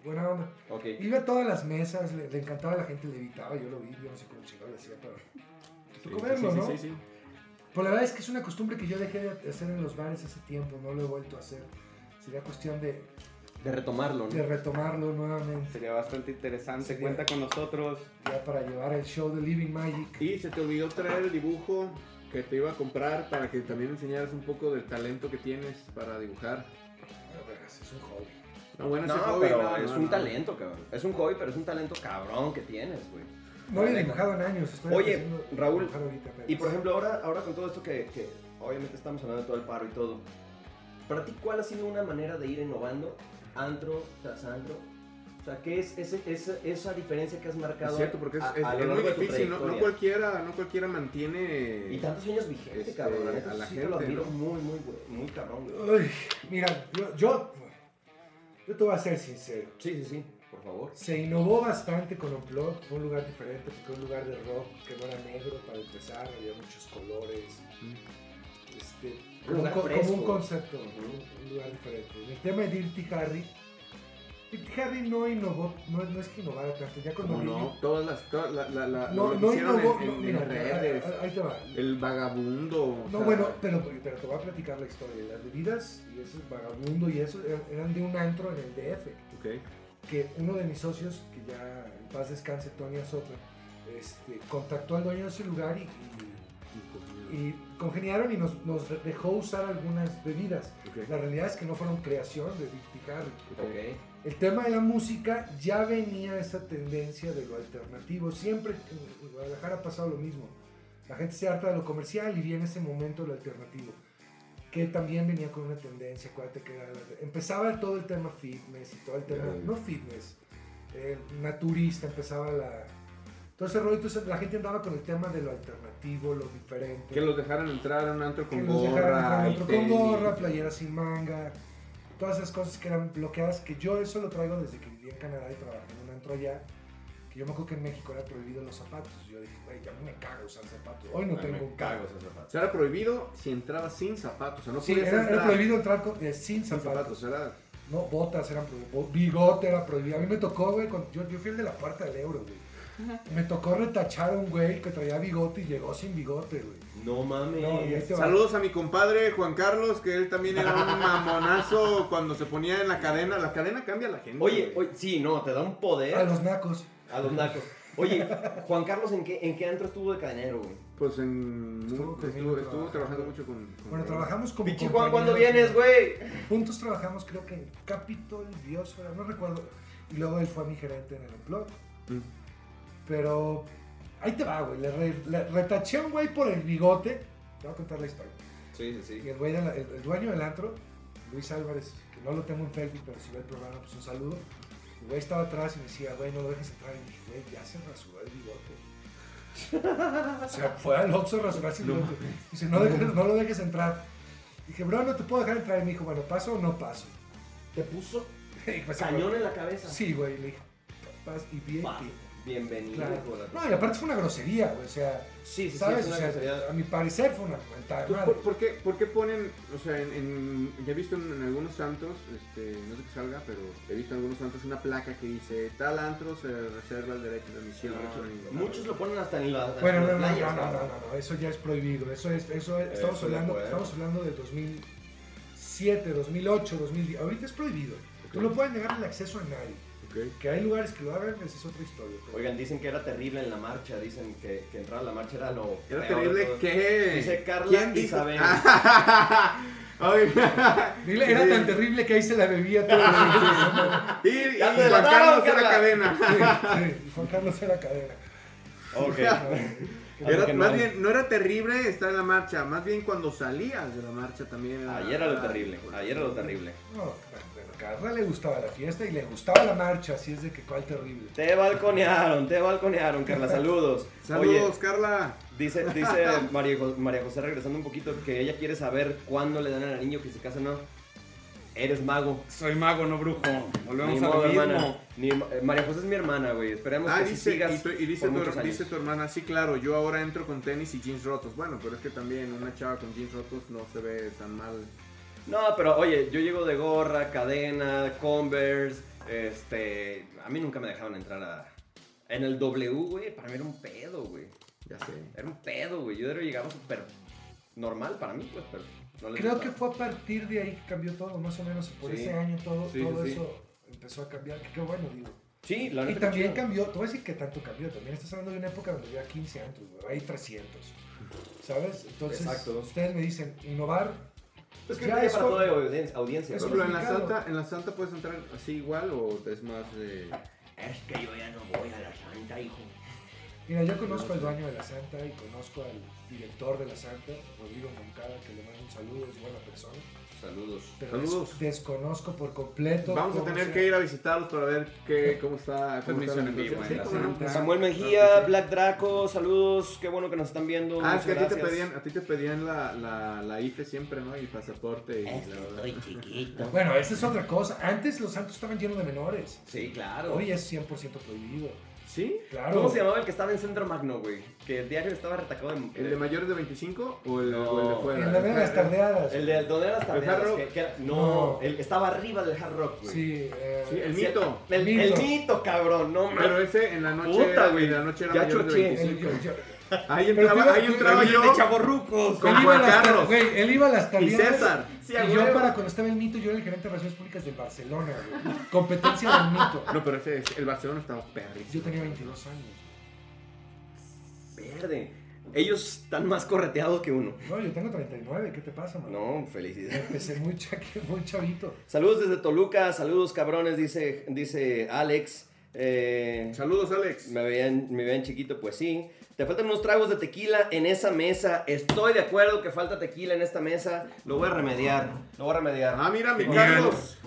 Speaker 4: buena onda.
Speaker 1: Ok.
Speaker 4: Iba a todas las mesas, le, le encantaba a la gente, le evitaba, yo lo vi, yo no sé cómo chingado le hacía para...
Speaker 2: Sí,
Speaker 4: tocó verlo,
Speaker 2: sí,
Speaker 4: ¿no?
Speaker 2: sí, sí, sí.
Speaker 4: Pero la verdad es que es una costumbre que yo dejé de hacer en los bares hace tiempo, no lo he vuelto a hacer. Sería cuestión de,
Speaker 1: De retomarlo,
Speaker 4: de
Speaker 1: ¿no?
Speaker 4: retomarlo nuevamente,
Speaker 3: Sería bastante interesante.
Speaker 4: Sería-
Speaker 3: Cuenta con nosotros.
Speaker 4: ya para llevar el show de Living Magic.
Speaker 2: Y se te olvidó traer el dibujo que te iba a comprar para que también enseñaras un poco del talento que tienes para dibujar.
Speaker 4: Ah, verás, Es un hobby.
Speaker 2: No, bueno,
Speaker 1: No,
Speaker 2: ese hobby,
Speaker 1: pero
Speaker 2: no,
Speaker 1: es
Speaker 2: no,
Speaker 1: un
Speaker 2: no.
Speaker 1: talento, cabrón. Es un hobby, pero es un talento cabrón que tienes, güey.
Speaker 4: No había dibujado en años. Estoy
Speaker 1: Oye,
Speaker 4: empezando a
Speaker 1: Raúl,
Speaker 4: dibujar ahorita apenas.
Speaker 1: Y por ejemplo, ahora, ahora con todo esto que, que obviamente estamos hablando de todo el paro y todo, ¿para ti cuál ha sido una manera de ir innovando antro tras antro? O sea, ¿qué es ese- esa, esa diferencia que has marcado?
Speaker 2: Es cierto, porque es,
Speaker 1: a-
Speaker 2: es-
Speaker 1: a lo
Speaker 2: es muy
Speaker 1: largo de tu
Speaker 2: difícil. No, no
Speaker 1: trayectoria?
Speaker 2: cualquiera, no cualquiera mantiene.
Speaker 1: Y tantos años vigente,
Speaker 2: Este,
Speaker 1: cabrón. La neta,
Speaker 2: a
Speaker 1: eso
Speaker 2: la
Speaker 1: sí te lo
Speaker 2: gente,
Speaker 1: admiro
Speaker 2: ¿no?
Speaker 1: muy, muy, güey, muy cabrón, güey.
Speaker 4: Uy, mira, yo, yo, yo te voy a ser sincero.
Speaker 1: Sí, sí, sí, por favor.
Speaker 4: Se innovó bastante con Unplugged, fue un lugar diferente, fue un lugar de rock que no era negro para empezar, había muchos colores, este,
Speaker 1: Un
Speaker 4: como,
Speaker 1: lugar
Speaker 4: un co- como
Speaker 1: fresco.
Speaker 4: un concepto,
Speaker 1: Ujú.
Speaker 4: un lugar diferente. En el tema de Dirty Harry, Dirty Harry no innovó, no, no es que innovara tanto, ya cuando
Speaker 2: Como
Speaker 4: abrió-
Speaker 2: no, todas las. todas la, la, la-
Speaker 4: no,
Speaker 2: Ah, lo que
Speaker 4: no
Speaker 2: hicieron
Speaker 4: innovó,
Speaker 2: en,
Speaker 4: no,
Speaker 2: en-
Speaker 4: mira,
Speaker 2: en redes.
Speaker 4: ahí- ahí te va.
Speaker 2: El vagabundo. o
Speaker 4: No,
Speaker 2: sea,
Speaker 4: bueno, pero, pero te voy a platicar la historia. Las bebidas y ese vagabundo y eso eran- eran de un antro en el DF.
Speaker 2: ok.
Speaker 4: Que uno de mis socios, que ya en paz descanse, Tony Azotla, este, contactó al dueño de ese lugar y, y- y congeniaron y nos, nos dejó usar algunas bebidas.
Speaker 2: Ok.
Speaker 4: La realidad es que no fueron creación de Dirty Harry.
Speaker 1: Ok.
Speaker 4: El tema de la música ya venía esa tendencia de lo alternativo. Siempre en Guadalajara ha pasado lo mismo. La gente se harta de lo comercial y viene ese momento lo alternativo. Que también venía con una tendencia, acuérdate que era la- empezaba todo el tema fitness y todo el tema,
Speaker 2: Ya.
Speaker 4: no fitness, eh, naturista, empezaba la... Todo ese rollo, entonces la gente andaba con el tema de lo alternativo, lo diferente.
Speaker 2: Que los dejaran entrar a un antro
Speaker 4: Que
Speaker 2: con
Speaker 4: nos dejaran entrar
Speaker 2: gorra. y
Speaker 4: dentro con
Speaker 2: tenis.
Speaker 4: gorra, playeras sin manga, todas esas cosas que eran bloqueadas, que yo eso lo traigo desde que viví en Canadá y trabajé en un antro allá, que yo me acuerdo que en México era prohibido los zapatos, yo dije, güey, ya me cago usar zapatos, hoy no
Speaker 1: Ay,
Speaker 4: tengo
Speaker 1: me cago esos
Speaker 2: O
Speaker 1: zapatos.
Speaker 2: sea, era prohibido si entraba sin zapatos. O sea, no
Speaker 4: Sí,
Speaker 2: podías
Speaker 4: era, era
Speaker 2: entrar
Speaker 4: prohibido entrar con- eh, sin
Speaker 2: sin
Speaker 4: zapatos.
Speaker 2: zapatos. Era
Speaker 4: No, botas eran prohibidas, bigote era prohibido. A mí me tocó, güey, cuando- yo, yo fui el de la puerta del euro, güey. Me tocó retachar a un güey que traía bigote y llegó sin bigote, güey.
Speaker 1: No mames.
Speaker 4: No, y ahí te va.
Speaker 2: Saludos a mi compadre Juan Carlos, que él también era un mamonazo cuando se ponía en la cadena. La cadena cambia a la gente.
Speaker 1: Oye,
Speaker 2: güey.
Speaker 1: oye,
Speaker 2: Ah,
Speaker 1: sí, no, te da un poder
Speaker 4: A los nacos.
Speaker 1: a los nacos. Oye, Juan Carlos, ¿en qué, en qué antro estuvo de cadenero, güey?
Speaker 2: Pues en.
Speaker 4: Estuvo
Speaker 2: Estuvo,
Speaker 4: conmigo
Speaker 2: estuvo trabajando
Speaker 4: trabajando.
Speaker 2: mucho con. con-
Speaker 4: Bueno, trabajamos como
Speaker 1: Pichi Juan, ¿cuándo vienes,
Speaker 4: compañeros.
Speaker 1: güey?
Speaker 4: Juntos trabajamos, creo que en Capitol, Biosfera, no recuerdo. Y luego él fue mi gerente en el blog.
Speaker 2: Mm.
Speaker 4: Pero ahí te va, güey. Le, re- le retaché a un güey por el bigote. Te voy a contar la historia.
Speaker 1: Sí, sí,
Speaker 4: Y el, güey de la- el- el dueño del antro, Luis Álvarez, que no lo tengo en Facebook, pero si ve el programa, pues un saludo. El güey estaba atrás y me decía, güey, no lo dejes entrar. Y dije, güey, ya se rasuró el bigote. o sea, fue al Oxxo a rasurarse el bigote. Dice, no, dejes- no lo dejes entrar. Dije, bro, no te puedo dejar entrar. Y me dijo, bueno, ¿paso o no paso?
Speaker 1: Te puso
Speaker 4: Y pues,
Speaker 1: cañón en la cabeza.
Speaker 4: Sí, güey, le dije, paz y bien.
Speaker 1: Pa, Bienvenido,
Speaker 4: Claro.
Speaker 1: hijo de la-
Speaker 4: No, y aparte fue una grosería, güey, o sea,
Speaker 1: Sí, sí,
Speaker 4: ¿sabes?
Speaker 1: sí,
Speaker 4: O
Speaker 1: es una
Speaker 4: sea, ah,
Speaker 1: grosería.
Speaker 4: a mi parecer fue una mentada de
Speaker 2: Entonces,
Speaker 4: madre.
Speaker 2: ¿por, por qué, por qué ponen, o sea, en, en- ya he visto en, en algunos santos, este, no sé qué salga, pero he visto en algunos santos una placa que dice, tal antro se reserva el derecho de admisión.
Speaker 1: No, Ah, Muchos lo ponen hasta en la.
Speaker 4: Bueno, no, no, no,
Speaker 1: playas,
Speaker 4: no, no, no, no, eso ya es prohibido, eso es, eso es-
Speaker 1: Eso
Speaker 4: estamos
Speaker 1: de
Speaker 4: hablando,
Speaker 1: acuerdo.
Speaker 4: estamos hablando del 2007, 2008, 2010, ahorita es prohibido, tú
Speaker 2: Ok.
Speaker 4: no puedes negar el acceso a nadie,
Speaker 2: Ok.
Speaker 4: que hay lugares que lo hagan, esa es otra historia. pero-
Speaker 1: Oigan, dicen que era terrible en la marcha. Dicen que, que entrar a la marcha era lo.
Speaker 2: Era
Speaker 1: peor de
Speaker 2: terrible
Speaker 1: todo.
Speaker 2: que...
Speaker 1: Dice Carla
Speaker 2: ¿Quién dijo? Ah,
Speaker 1: Isabel.
Speaker 2: Ay,
Speaker 4: Dile, era tan terrible que ahí se la bebía todo el
Speaker 2: y, y
Speaker 1: Ya te
Speaker 2: Juan
Speaker 1: delataron,
Speaker 2: Carlos era
Speaker 1: Carla.
Speaker 2: cadena.
Speaker 4: sí, sí, Juan Carlos era cadena.
Speaker 1: Ok.
Speaker 2: Era-
Speaker 1: que no.
Speaker 2: más bien, no era terrible estar en la marcha, más bien cuando salías de la marcha también. era-
Speaker 1: Ayer era lo terrible. Ayer era lo terrible.
Speaker 4: No, pero a Carla le gustaba la fiesta y le gustaba la marcha, así es de que cuál terrible.
Speaker 1: Te balconearon, te balconearon, Carla. Saludos.
Speaker 2: Saludos, Carla.
Speaker 1: Dice, dice María, Jo- María José, regresando un poquito, que ella quiere saber cuándo le dan al niño que se casa o no. Eres mago.
Speaker 3: Soy mago, no brujo. Volvemos
Speaker 1: Ni
Speaker 3: a
Speaker 1: modo,
Speaker 3: lo mismo.
Speaker 1: hermana. Ni- eh, María José es mi hermana, güey. Esperemos
Speaker 2: Ah,
Speaker 1: que sí
Speaker 2: dice,
Speaker 1: sigas.
Speaker 2: y, tu- y dice,
Speaker 1: por
Speaker 2: tu,
Speaker 1: muchos años.
Speaker 2: dice tu hermana, sí, claro, yo ahora entro con tenis y jeans rotos. Bueno, pero es que también una chava con jeans rotos no se ve tan mal.
Speaker 1: No, pero oye, yo llego de gorra, cadena, Converse, este, a mí nunca me dejaban entrar a en el W, güey, para mí era un pedo, güey.
Speaker 2: Ya sé.
Speaker 1: Era un pedo, güey. Yo era llegaba súper normal para mí, pues, pero no les
Speaker 4: Creo
Speaker 1: gustaba.
Speaker 4: que fue a partir de ahí que cambió todo, más o menos. Por
Speaker 1: Sí.
Speaker 4: ese año todo,
Speaker 2: Sí,
Speaker 4: todo
Speaker 2: sí, sí.
Speaker 4: eso empezó a cambiar. que Qué bueno, digo.
Speaker 1: Sí, la
Speaker 4: Y
Speaker 1: neta.
Speaker 4: también
Speaker 1: que chido.
Speaker 4: cambió, te voy a decir que tanto cambió. También estás hablando de una época donde había 15 antros, güey, hay 300. ¿Sabes? Entonces,
Speaker 1: Exacto.
Speaker 4: ustedes me dicen, innovar.
Speaker 1: Es que
Speaker 4: Ya
Speaker 1: ya
Speaker 4: es
Speaker 1: para
Speaker 4: como-
Speaker 1: toda audiencia, audiencia
Speaker 4: Es
Speaker 2: Por
Speaker 1: ¿no?
Speaker 2: ejemplo, en la,
Speaker 4: complicado.
Speaker 2: Santa, en la Santa puedes entrar así igual o es más eh,
Speaker 1: Es que yo ya no voy a la santa, hijo.
Speaker 4: Mira, yo conozco al dueño de la Santa y conozco al director de la Santa, Rodrigo Moncada, que le mando un saludo, es buena persona.
Speaker 1: Saludos.
Speaker 4: Pero
Speaker 2: Saludos.
Speaker 4: des- desconozco por completo.
Speaker 2: Vamos a
Speaker 4: cómo
Speaker 2: tener
Speaker 4: sea.
Speaker 2: que ir a visitarlos para ver qué, cómo está. Cómo está
Speaker 3: Transmisión en vivo
Speaker 2: cosa.
Speaker 3: en
Speaker 2: Sí,
Speaker 3: la
Speaker 2: cómo no. pues
Speaker 3: Santa.
Speaker 1: Samuel Mejía, Black Draco, saludos, qué bueno que nos están viendo.
Speaker 2: Ah,
Speaker 1: muchas
Speaker 2: es que a ti te
Speaker 1: gracias.
Speaker 2: pedían, a ti te pedían la, la, la IFE siempre, ¿no? Y pasaporte y la verdad.
Speaker 1: chiquito.
Speaker 4: Bueno, esa es otra cosa. Antes los santos estaban llenos de menores.
Speaker 1: Sí, claro.
Speaker 4: Hoy es 100% prohibido.
Speaker 2: ¿Sí?
Speaker 4: Claro.
Speaker 1: ¿Cómo se llamaba el que estaba en Centro Magno, güey? Que el diario estaba retacado de...
Speaker 2: ¿El de mayores de 25 o el, o el de
Speaker 1: No.
Speaker 2: fuera?
Speaker 4: En la de las tardeadas.
Speaker 1: El de donde eran las
Speaker 2: ¿El
Speaker 1: tardeadas,
Speaker 2: Hard Rock?
Speaker 1: que- que era- no,
Speaker 4: No.
Speaker 1: el- estaba arriba del Hard Rock, güey.
Speaker 4: Sí, eh,
Speaker 2: Sí, el
Speaker 1: Sí,
Speaker 2: mito.
Speaker 1: El, el
Speaker 4: Mito.
Speaker 1: mito. cabrón, no
Speaker 2: Pero
Speaker 1: mames.
Speaker 2: ese en la noche
Speaker 1: Puta,
Speaker 2: era,
Speaker 1: güey.
Speaker 2: en la noche era
Speaker 1: Ya
Speaker 2: mayores
Speaker 1: choché.
Speaker 2: de 25.
Speaker 4: el- yo- yo-
Speaker 2: Ahí
Speaker 4: Pero tú
Speaker 2: entraba, ahí
Speaker 4: ibas-
Speaker 2: entraba yo
Speaker 3: chavorrucos.
Speaker 2: Con
Speaker 4: él iba
Speaker 2: Juan
Speaker 4: a las tar-
Speaker 2: Carlos.
Speaker 4: güey, él iba a las
Speaker 2: y
Speaker 4: tardeadas.
Speaker 2: César.
Speaker 1: Sí, a
Speaker 4: Y yo
Speaker 1: huevo.
Speaker 4: para cuando estaba en el mito, yo era el gerente de relaciones públicas del Barcelona, güey. Competencia del mito.
Speaker 2: No, pero ese, el Barcelona estaba perrísimo.
Speaker 4: Yo tenía 22 años.
Speaker 1: Verde. Ellos están más correteados que uno.
Speaker 4: No, yo tengo 39, ¿qué te pasa, man?
Speaker 1: No, felicidades.
Speaker 4: Empecé muy, cha- muy chavito.
Speaker 1: Saludos desde Toluca, saludos cabrones, dice, dice Alex. Eh,
Speaker 2: Saludos, Alex.
Speaker 1: me, veían, me veían chiquito, pues sí. Te faltan unos tragos de tequila en esa mesa. Estoy de acuerdo que falta tequila en esta mesa. Lo voy a remediar. Lo voy a remediar.
Speaker 2: Ah, mira, mi
Speaker 3: Genial.
Speaker 2: Carlos.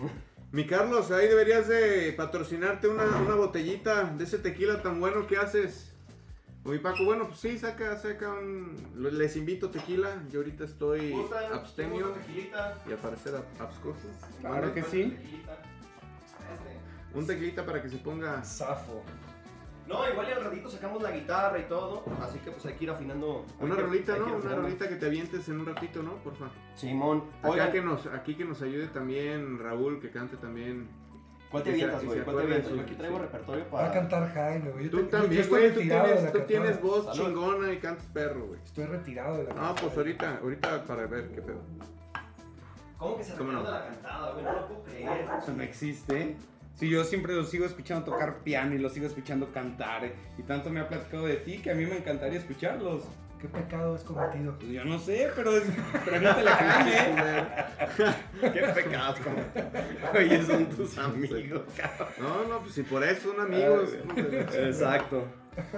Speaker 2: Mi Carlos, ahí deberías de patrocinarte una, una botellita de ese tequila tan bueno que haces. Oye, Paco, bueno, pues sí, saca, saca un... Les invito tequila. Yo ahorita estoy abstemio y al parecer ab- abscoso. Bueno,
Speaker 1: Este.
Speaker 2: Un tequilita para que se ponga...
Speaker 4: Safo.
Speaker 1: No, igual y al ratito sacamos la guitarra y todo. Así que pues hay que ir afinando.
Speaker 2: Una
Speaker 1: hay que-
Speaker 2: rolita,
Speaker 1: hay que
Speaker 2: ¿no? Una
Speaker 1: afinando.
Speaker 2: rolita que te avientes en un ratito, ¿no? Por favor.
Speaker 1: Simón,
Speaker 2: Acá
Speaker 1: oigan,
Speaker 2: que nos, aquí que nos ayude también Raúl, que cante también.
Speaker 1: ¿cuál te
Speaker 2: que se-
Speaker 1: avientas,
Speaker 2: que
Speaker 1: güey?
Speaker 2: se
Speaker 1: ¿Cuál te
Speaker 2: acuerde
Speaker 1: avientas?
Speaker 2: su-
Speaker 1: Yo aquí traigo
Speaker 2: sí.
Speaker 1: repertorio
Speaker 4: Va a
Speaker 1: para...
Speaker 4: cantar Jaime, güey. Yo te-
Speaker 2: Tú
Speaker 4: yo-
Speaker 2: también,
Speaker 4: yo estoy
Speaker 2: güey, tú
Speaker 4: retirado de
Speaker 2: tienes,
Speaker 4: la
Speaker 2: tú tienes
Speaker 4: cantada.
Speaker 2: voz
Speaker 1: Salud.
Speaker 2: chingona y cantas perro, güey.
Speaker 4: Estoy retirado de la
Speaker 2: No, pues
Speaker 4: cantada.
Speaker 2: ahorita, ahorita para ver qué pedo.
Speaker 1: ¿Cómo que se
Speaker 2: ¿Cómo no?
Speaker 1: recuerda la cantada, güey? No lo puedo creer.
Speaker 3: Eso no existe. Si yo siempre lo sigo escuchando tocar piano y lo sigo escuchando cantar. eh, Y tanto me ha platicado de ti que a mí me encantaría escucharlos.
Speaker 4: Qué pecado has cometido.
Speaker 3: Pues yo no sé, pero es... pregúntale a Jaime.
Speaker 1: Qué pecado, Oye, son tus amigos, cabrón.
Speaker 2: No, no, pues si por eso son amigos.
Speaker 1: Ay,
Speaker 2: no, pues,
Speaker 1: Exacto.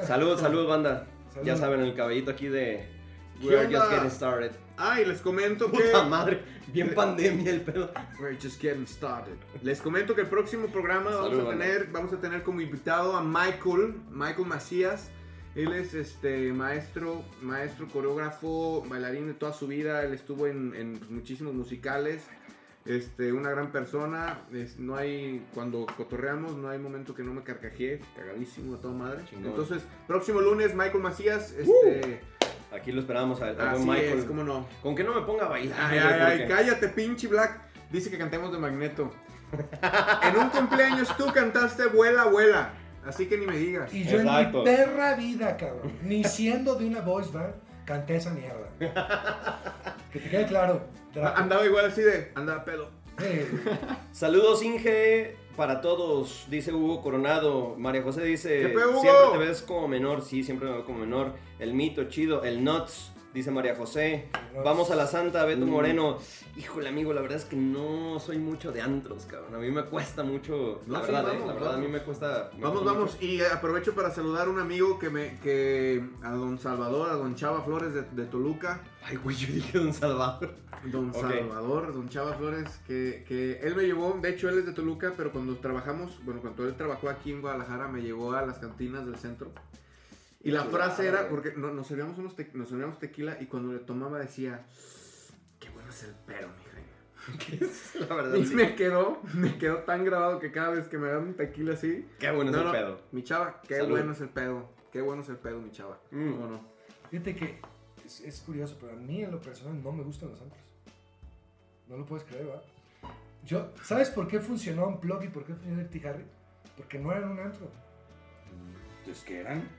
Speaker 1: Salud, salud, banda.
Speaker 4: Salud.
Speaker 1: Ya saben, el cabellito aquí de...
Speaker 2: ¿Qué
Speaker 1: We're just
Speaker 2: onda?
Speaker 1: getting started.
Speaker 2: Ah, y les comento que.
Speaker 1: Puta madre, bien pandemia el pedo.
Speaker 2: We're just getting started. Les comento que el próximo programa
Speaker 1: Salud,
Speaker 2: vamos a tener, vamos a tener como invitado a Michael, Michael Macías. Él es este maestro, maestro, coreógrafo, bailarín de toda su vida. Él estuvo en, en muchísimos musicales. Este, una gran persona. Es- no hay, cuando cotorreamos, no hay momento que no me carcajee. Cagadísimo a toda madre.
Speaker 1: Chingón.
Speaker 2: Entonces, próximo lunes, Michael Macías. Este,
Speaker 1: Aquí lo esperamos a, a
Speaker 2: así
Speaker 1: buen Michael.
Speaker 2: es, cómo no.
Speaker 1: Con que no me ponga a bailar.
Speaker 2: Ay,
Speaker 1: güey,
Speaker 2: ay, ay,
Speaker 1: porque-
Speaker 2: cállate, pinche Black. Dice que cantemos de Magneto. En un cumpleaños tú cantaste Vuela, Vuela. Así que ni me digas.
Speaker 4: Y yo
Speaker 1: Exacto.
Speaker 4: en mi perra vida, cabrón, ni siendo de una voice band, canté esa mierda. Que te quede claro. tra-
Speaker 2: Andaba igual así de, andaba pedo.
Speaker 4: Eh,
Speaker 1: Saludos Inge para todos, dice Hugo Coronado. María José dice,
Speaker 2: ¿Qué pedo, Hugo?
Speaker 1: siempre te ves como menor, sí, siempre me veo como menor. El mito, chido, el nuts, dice María José.
Speaker 4: El Nuts.
Speaker 1: Vamos a la Santa,
Speaker 2: Mm.
Speaker 1: Beto Moreno. Híjole amigo, la verdad es que no soy mucho de antros, cabrón. A mí me cuesta mucho,
Speaker 2: No,
Speaker 1: la
Speaker 2: sí,
Speaker 1: verdad,
Speaker 2: vamos,
Speaker 1: eh, la verdad
Speaker 2: vamos.
Speaker 1: a mí me cuesta. me
Speaker 2: Vamos,
Speaker 1: cuesta
Speaker 2: vamos.
Speaker 1: mucho.
Speaker 2: Y aprovecho para saludar a un amigo que me, que, a don Salvador, a don Chava Flores de, de Toluca.
Speaker 1: Ay, güey, yo dije Don Salvador.
Speaker 2: Don
Speaker 1: Ok.
Speaker 2: Salvador, don Chava Flores, que, que él me llevó, de hecho él es de Toluca, pero cuando trabajamos, bueno, cuando él trabajó aquí en Guadalajara, me llevó a las cantinas del centro. Y la
Speaker 1: Chulada,
Speaker 2: frase era,
Speaker 1: güey.
Speaker 2: porque no- nos, servíamos unos te- nos servíamos tequila y cuando le tomaba decía, qué bueno es el pedo, mi reina.
Speaker 1: La verdad,
Speaker 2: Y
Speaker 1: sí.
Speaker 2: me quedó, me quedó tan grabado que cada vez que me dan un tequila así.
Speaker 1: Qué bueno es
Speaker 2: no,
Speaker 1: el
Speaker 2: no,
Speaker 1: pedo.
Speaker 2: Mi chava, qué
Speaker 1: Salud.
Speaker 2: bueno es el pedo. Qué bueno es el pedo, mi chava.
Speaker 1: Mm.
Speaker 2: ¿Cómo no?
Speaker 4: Fíjate que es, es curioso, pero a mí en lo personal no me gustan los antros. No lo puedes creer, ¿verdad? Yo, ¿Sabes por qué funcionó un blog y por qué funcionó el Harry? Porque no eran un antro.
Speaker 3: Pues que eran.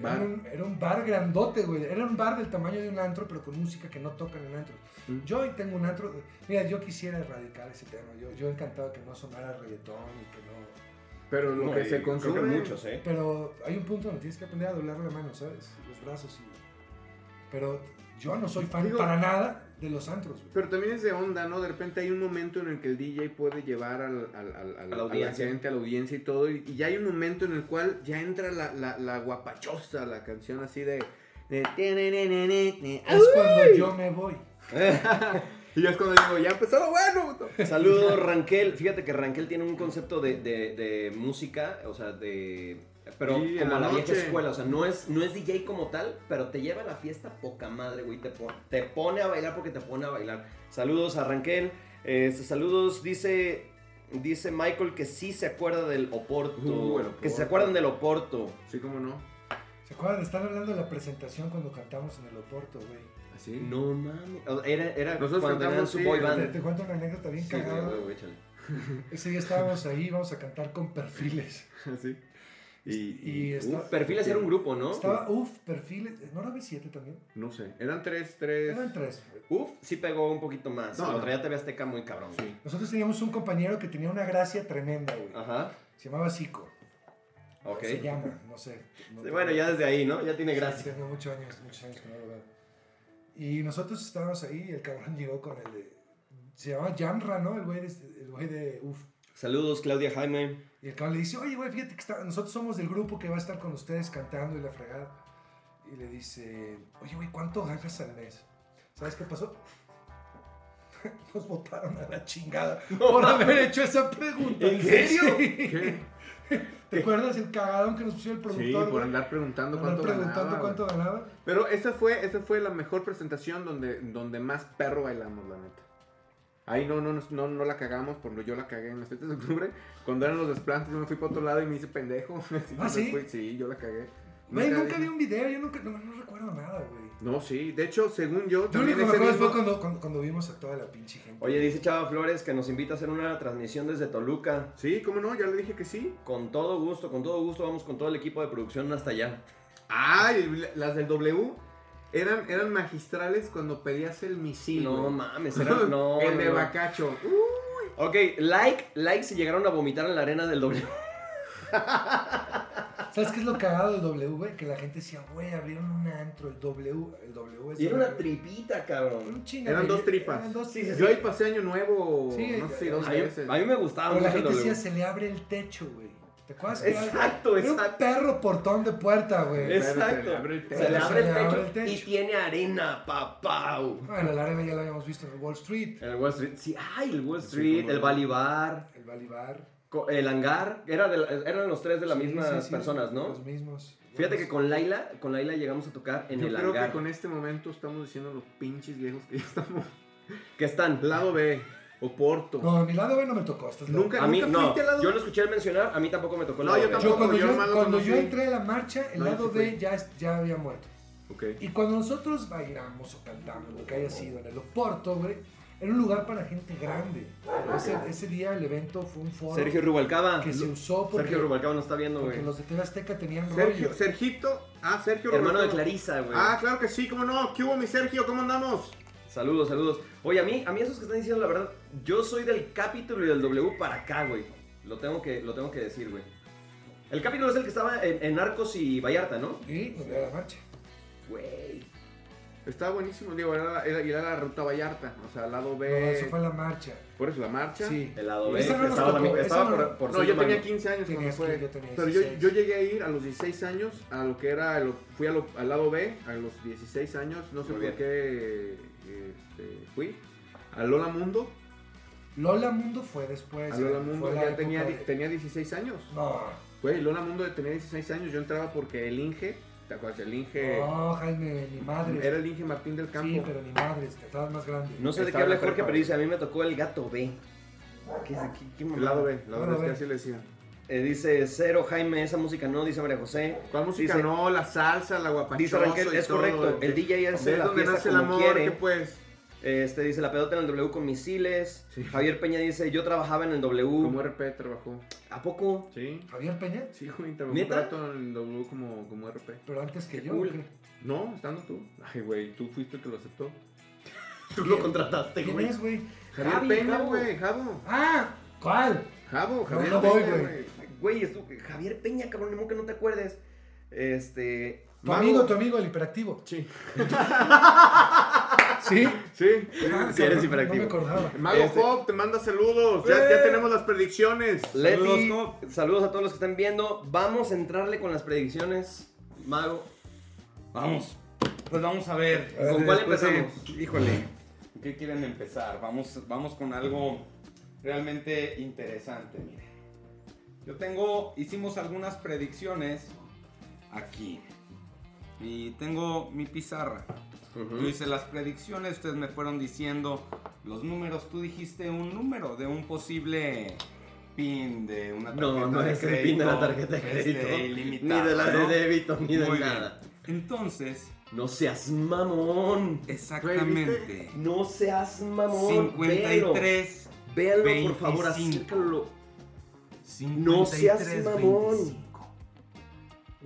Speaker 4: Era un, era un bar grandote, güey. Era un bar del tamaño de un antro, pero con música que no tocan en antro.
Speaker 2: Mm.
Speaker 4: Yo hoy tengo un antro. Mira, yo quisiera erradicar ese tema. Yo, yo encantado que no sonara reggaetón y que no.
Speaker 2: Pero lo
Speaker 1: No,
Speaker 2: que
Speaker 1: y
Speaker 2: se consume.
Speaker 1: Creo que muchos, ¿eh?
Speaker 4: Pero hay un punto donde tienes que aprender a doblar la mano, ¿sabes? Los brazos y. Pero yo no soy fan
Speaker 2: Digo-
Speaker 4: para nada de los antros, güey.
Speaker 2: Pero también es de onda, ¿no? De repente hay un momento en el que el DJ puede llevar al, al- al- al-
Speaker 1: A la audiencia.
Speaker 2: gente, a la audiencia y todo. Y, y ya hay un momento en el cual ya entra la, la, la guapachosa, la canción así de. de-
Speaker 4: Es cuando yo me voy.
Speaker 2: Y ya es cuando digo, ya empezó lo bueno. puto".
Speaker 1: Saludos, Ranquel. Fíjate que Ranquel tiene un concepto de, de- de música, o sea, de. Pero
Speaker 2: Sí, en
Speaker 1: como
Speaker 2: la
Speaker 1: a la vieja
Speaker 2: noche.
Speaker 1: escuela, o sea, no es, no es DJ como tal, pero te lleva a la fiesta poca madre, güey. Te, pon- te pone a bailar porque te pone a bailar. Saludos a Ranquel. Este, saludos, dice, dice Michael que sí se acuerda del Oporto.
Speaker 2: Uh, el Oporto.
Speaker 1: Que se acuerdan del Oporto.
Speaker 2: Sí, como no.
Speaker 4: ¿Se acuerdan? Están hablando de la presentación cuando cantamos en el Oporto, güey.
Speaker 2: Así.
Speaker 1: No mames. O- Era, era
Speaker 2: Nosotros
Speaker 1: cuando tenían
Speaker 2: cantamos,
Speaker 1: su
Speaker 2: sí,
Speaker 1: boy
Speaker 4: Te, te
Speaker 1: band.
Speaker 4: cuento una anécdota bien
Speaker 1: Sí, güey,
Speaker 4: cagada.
Speaker 1: güey, güey, échale.
Speaker 4: Ese día estábamos ahí, íbamos a cantar con perfiles.
Speaker 2: Así.
Speaker 1: Y,
Speaker 4: Y
Speaker 1: y-
Speaker 4: está-
Speaker 1: Uf, perfiles era un grupo, ¿no?
Speaker 4: Estaba, uff, perfiles. ¿No era B7 también?
Speaker 2: No sé. Eran tres, tres.
Speaker 4: Eran tres.
Speaker 1: Uf, sí pegó un poquito más.
Speaker 2: No,
Speaker 1: No, la
Speaker 2: no.
Speaker 1: otra ya te Azteca muy cabrón.
Speaker 2: Sí.
Speaker 4: Nosotros teníamos un compañero que tenía una gracia tremenda, güey.
Speaker 1: Ajá,
Speaker 4: Se llamaba Zico.
Speaker 1: Ah. ok.
Speaker 4: Se llama, no sé. No
Speaker 1: Sí,
Speaker 4: tengo-
Speaker 1: bueno, ya desde ahí, ¿no? Ya tiene gracia.
Speaker 4: Tengo muchos años, muchos años que no lo veo. Y nosotros estábamos ahí y el cabrón llegó con el de... Se llamaba Jamra, ¿no? El güey de, este, el güey de uff.
Speaker 1: Saludos, Claudia Jaime.
Speaker 4: Y el cabrón le dice, oye, güey, fíjate que está- nosotros somos del grupo que va a estar con ustedes cantando y la fregada. Y le dice, oye, güey, ¿cuánto ganas al mes? ¿Sabes qué pasó? Nos votaron a la chingada por haber hecho esa pregunta.
Speaker 1: ¿En serio?
Speaker 4: Sí.
Speaker 2: ¿Qué?
Speaker 4: ¿Te acuerdas el cagadón que nos pusieron el
Speaker 2: Sí,
Speaker 4: productor?
Speaker 2: por
Speaker 4: güey?
Speaker 2: andar preguntando
Speaker 4: Andar
Speaker 2: cuánto
Speaker 4: preguntando
Speaker 2: ganaba,
Speaker 4: cuánto
Speaker 2: güey.
Speaker 4: ganaba.
Speaker 2: Pero esa fue, esa fue la mejor presentación donde, donde más perro bailamos, la neta. Ahí no, no, nos- no, no la cagamos, porque yo la cagué en las fiestas de octubre. Cuando eran los desplantes, yo me fui para otro lado y me hice pendejo. Así
Speaker 4: ¿Ah,
Speaker 2: me
Speaker 4: sí?
Speaker 2: fui. Sí, yo la cagué.
Speaker 4: Güey, nunca
Speaker 2: di-
Speaker 4: vi un video, yo nunca, no, no recuerdo nada, güey.
Speaker 2: No, sí. De hecho, según yo,
Speaker 4: Lo
Speaker 2: también
Speaker 4: único que me
Speaker 2: ese
Speaker 4: acuerdo
Speaker 2: mismo-
Speaker 4: fue cuando, cuando, cuando vimos a toda la pinche gente.
Speaker 1: Oye, dice Chava Flores que nos invita a hacer una transmisión desde Toluca.
Speaker 2: Sí, cómo no, ya le dije que sí.
Speaker 1: Con todo gusto, con todo gusto, vamos con todo el equipo de producción hasta allá.
Speaker 2: Ay, las del W eran, eran magistrales cuando pedías el misil.
Speaker 1: no
Speaker 2: güey.
Speaker 1: mames, era. No,
Speaker 2: el
Speaker 1: no,
Speaker 2: de
Speaker 1: no.
Speaker 2: Bacacho.
Speaker 1: Ok, like, like si llegaron a vomitar en la arena del doble.
Speaker 4: ¿Sabes qué es lo cagado del W, güey? Que la gente decía, güey, abrieron un antro, el W, el W es...
Speaker 1: Y era una tripita, cabrón.
Speaker 4: un chingo,
Speaker 2: Eran
Speaker 4: güey,
Speaker 2: dos tripas.
Speaker 4: Eran dos
Speaker 1: Sí,
Speaker 4: tripas.
Speaker 2: Yo ahí pasé año nuevo,
Speaker 4: Sí,
Speaker 2: no sé si dos
Speaker 1: A mí,
Speaker 2: veces.
Speaker 1: a mí me gustaba
Speaker 4: Pero la
Speaker 1: mucho el
Speaker 4: gente decía,
Speaker 1: doble.
Speaker 4: se le abre el techo, güey. ¿Te acuerdas? que era-
Speaker 1: Exacto,
Speaker 4: Era un
Speaker 1: exacto.
Speaker 4: perro portón de puerta, güey.
Speaker 2: Es-
Speaker 1: Exacto.
Speaker 2: Se le abre el techo.
Speaker 1: Se le abre
Speaker 4: Se le abre
Speaker 1: el
Speaker 4: el
Speaker 1: techo y
Speaker 4: techo.
Speaker 1: tiene arena, papá.
Speaker 4: Bueno, la arena ya la habíamos visto en el Wall Street,
Speaker 1: El Wall Street, sí, ay, el Wall
Speaker 2: Sí,
Speaker 1: Street,
Speaker 2: como
Speaker 1: el
Speaker 2: no.
Speaker 1: Balibar,
Speaker 4: el Balibar.
Speaker 1: co- el Hangar, era de la- eran los tres de las
Speaker 4: Sí,
Speaker 1: mismas
Speaker 4: sí, sí,
Speaker 1: personas, ¿no?
Speaker 4: Los mismos.
Speaker 1: Fíjate que con Laila, con Laila llegamos a tocar en
Speaker 2: Yo
Speaker 1: el
Speaker 2: creo
Speaker 1: Hangar,
Speaker 2: que con este momento estamos diciendo los pinches viejos que ya estamos.
Speaker 1: que están.
Speaker 2: Lado B, Oporto.
Speaker 4: No, a mi lado, güey, no me tocó. estás loco.
Speaker 2: Nunca,
Speaker 1: a mí
Speaker 2: nunca
Speaker 1: no,
Speaker 2: fuiste al lado
Speaker 1: yo
Speaker 2: B.
Speaker 1: lo escuché mencionar, a mí tampoco me tocó el
Speaker 2: No,
Speaker 1: lado
Speaker 2: yo
Speaker 1: B.
Speaker 2: tampoco.
Speaker 4: Yo cuando
Speaker 2: yo
Speaker 4: yo,
Speaker 2: nomás lo
Speaker 4: cuando
Speaker 2: conocí.
Speaker 4: yo entré a la marcha, el
Speaker 2: No,
Speaker 4: lado
Speaker 2: yo sí fui.
Speaker 4: B ya, es- ya había muerto.
Speaker 2: Ok.
Speaker 4: Y cuando nosotros bailamos o cantamos, lo que haya sido en el Oporto, güey, era un lugar para gente grande. Pero ese, ese día el evento fue un foro
Speaker 1: Sergio Rubalcaba.
Speaker 4: que se usó porque,
Speaker 1: Sergio Rubalcaba nos está viendo,
Speaker 4: porque
Speaker 1: güey.
Speaker 4: los de TV Azteca tenían
Speaker 2: Sergio,
Speaker 4: rollo.
Speaker 2: Sergito. Ah, Sergio
Speaker 1: Hermano de
Speaker 2: Roberto.
Speaker 1: Clarisa, güey.
Speaker 2: Ah, claro que sí, cómo no. ¿Qué hubo, mi Sergio? ¿Cómo andamos?
Speaker 1: Saludos, saludos. Oye, a mí, a mí esos que están diciendo la verdad, yo soy del capítulo y del W para acá, güey. Lo tengo que, lo tengo que decir, güey. El capítulo es el que estaba en, en Arcos y Vallarta, ¿no?
Speaker 4: Sí, donde era la marcha.
Speaker 1: Güey.
Speaker 2: Estaba buenísimo, digo, era, era, era la ruta Vallarta, o sea, lado
Speaker 4: No,
Speaker 2: B.
Speaker 4: eso fue la marcha.
Speaker 2: ¿Por eso la marcha?
Speaker 4: Sí.
Speaker 1: El lado B.
Speaker 4: Esa no nos
Speaker 1: Estaba,
Speaker 4: tocó,
Speaker 1: también-
Speaker 4: esa
Speaker 1: estaba
Speaker 4: no-
Speaker 1: por, por
Speaker 2: no,
Speaker 1: San
Speaker 2: yo
Speaker 1: Giovanni.
Speaker 2: tenía 15 años cuando
Speaker 4: Tenías
Speaker 2: fue.
Speaker 4: que- yo tenía
Speaker 2: pero yo,
Speaker 4: 16.
Speaker 2: yo llegué a ir a los 16 años a lo que era el- fui a lo- al lado B a los 16 años, no sé
Speaker 1: Muy
Speaker 2: por
Speaker 1: bien.
Speaker 2: qué este, fui a Lola Mundo.
Speaker 4: Lola Mundo fue después.
Speaker 2: A Lola
Speaker 4: fue
Speaker 2: Mundo
Speaker 4: la
Speaker 2: ya
Speaker 4: época
Speaker 2: tenía,
Speaker 4: de-
Speaker 2: tenía 16 años.
Speaker 4: No,
Speaker 2: Güey, Lola Mundo tenía 16 años, yo entraba porque el Inge ¿Te acuerdas? El Inge.
Speaker 4: No, Jaime, ni madres.
Speaker 2: Era el Inge Martín del Campo.
Speaker 4: Oh, Sí, pero ni madres, que estabas más grande.
Speaker 1: No sé de qué
Speaker 2: Estaba
Speaker 1: habla
Speaker 2: en la
Speaker 1: Jorge,
Speaker 2: prepa.
Speaker 1: pero dice, a mí me tocó el gato B. ¿Qué, es- qué- qué
Speaker 2: El lado
Speaker 1: mamada?
Speaker 2: B, lado B,
Speaker 4: Lado
Speaker 2: es que
Speaker 4: B.
Speaker 2: así le decían.
Speaker 1: Eh, dice, cero, Jaime, esa música no, dice María José.
Speaker 2: ¿Cuál música
Speaker 1: Dice-
Speaker 2: no? La salsa, la
Speaker 1: Dice
Speaker 2: guapachosa
Speaker 1: Raquel, es correcto, el DJ
Speaker 2: es
Speaker 1: hace la
Speaker 2: donde
Speaker 1: fiesta
Speaker 2: este, nace el
Speaker 1: como
Speaker 2: amor,
Speaker 1: quiere.
Speaker 2: que pues...
Speaker 1: Este, dice, la pedota en el W con misiles.
Speaker 2: Sí.
Speaker 1: Javier Peña dice, yo trabajaba en el W.
Speaker 2: Como RP trabajó.
Speaker 1: ¿A poco?
Speaker 2: Sí.
Speaker 4: Javier Peña,
Speaker 2: Sí, güey, trabajó un
Speaker 1: ¿Neta?
Speaker 2: rato en W como, como RP.
Speaker 4: pero antes que
Speaker 1: Qué
Speaker 4: yo.
Speaker 1: cool.
Speaker 4: ¿o qué?
Speaker 2: No, estando tú. Ay, güey, tú fuiste el que lo aceptó.
Speaker 1: Tú lo contrataste,
Speaker 4: ¿Quién es, güey?
Speaker 2: Javier
Speaker 1: Javi,
Speaker 2: Peña,
Speaker 1: Javo.
Speaker 2: güey, Javo.
Speaker 4: Ah, ¿cuál?
Speaker 2: Javo, Javier
Speaker 4: no voy,
Speaker 2: Peña,
Speaker 4: güey.
Speaker 2: güey.
Speaker 1: Güey, es tu- Javier Peña, cabrón, ni modo que no te acuerdes. Este...
Speaker 4: Tu
Speaker 2: Mago.
Speaker 4: amigo, tu amigo, el hiperactivo.
Speaker 2: Sí.
Speaker 4: ¿Sí?
Speaker 2: Sí.
Speaker 4: Ah,
Speaker 1: sí, eres
Speaker 4: cabrón,
Speaker 1: hiperactivo.
Speaker 4: No me acordaba.
Speaker 2: Mago
Speaker 1: Este-
Speaker 2: Hop, te manda saludos. Ya, ya
Speaker 1: ¡Eh!
Speaker 2: tenemos las predicciones.
Speaker 1: Leti,
Speaker 3: Saludos,
Speaker 1: saludos, a todos los que están viendo. Vamos a entrarle con las predicciones, Mago.
Speaker 3: Vamos. Pues vamos a ver.
Speaker 1: ¿Con cuál
Speaker 3: Después de-
Speaker 1: empezamos?
Speaker 3: híjole. ¿Qué quieren empezar? Vamos, vamos con algo realmente interesante. Mire. Yo tengo, hicimos algunas predicciones aquí. Y tengo mi pizarra. Yo hice las predicciones, ustedes me fueron diciendo los números. Tú dijiste un número de un posible pin de una tarjeta
Speaker 1: No, no
Speaker 3: de
Speaker 1: es el pin de la tarjeta de
Speaker 3: este,
Speaker 1: crédito. ni
Speaker 3: ilimitada,
Speaker 1: de la de
Speaker 3: ¿no?
Speaker 1: débito, ni de
Speaker 3: Muy
Speaker 1: nada.
Speaker 3: bien. Entonces,
Speaker 1: No seas mamón.
Speaker 3: Exactamente.
Speaker 1: No seas mamón.
Speaker 3: 53.
Speaker 1: Véalo, véalo por favor,
Speaker 3: 25.
Speaker 1: acércalo.
Speaker 3: 53,
Speaker 1: No seas mamón.
Speaker 3: 25.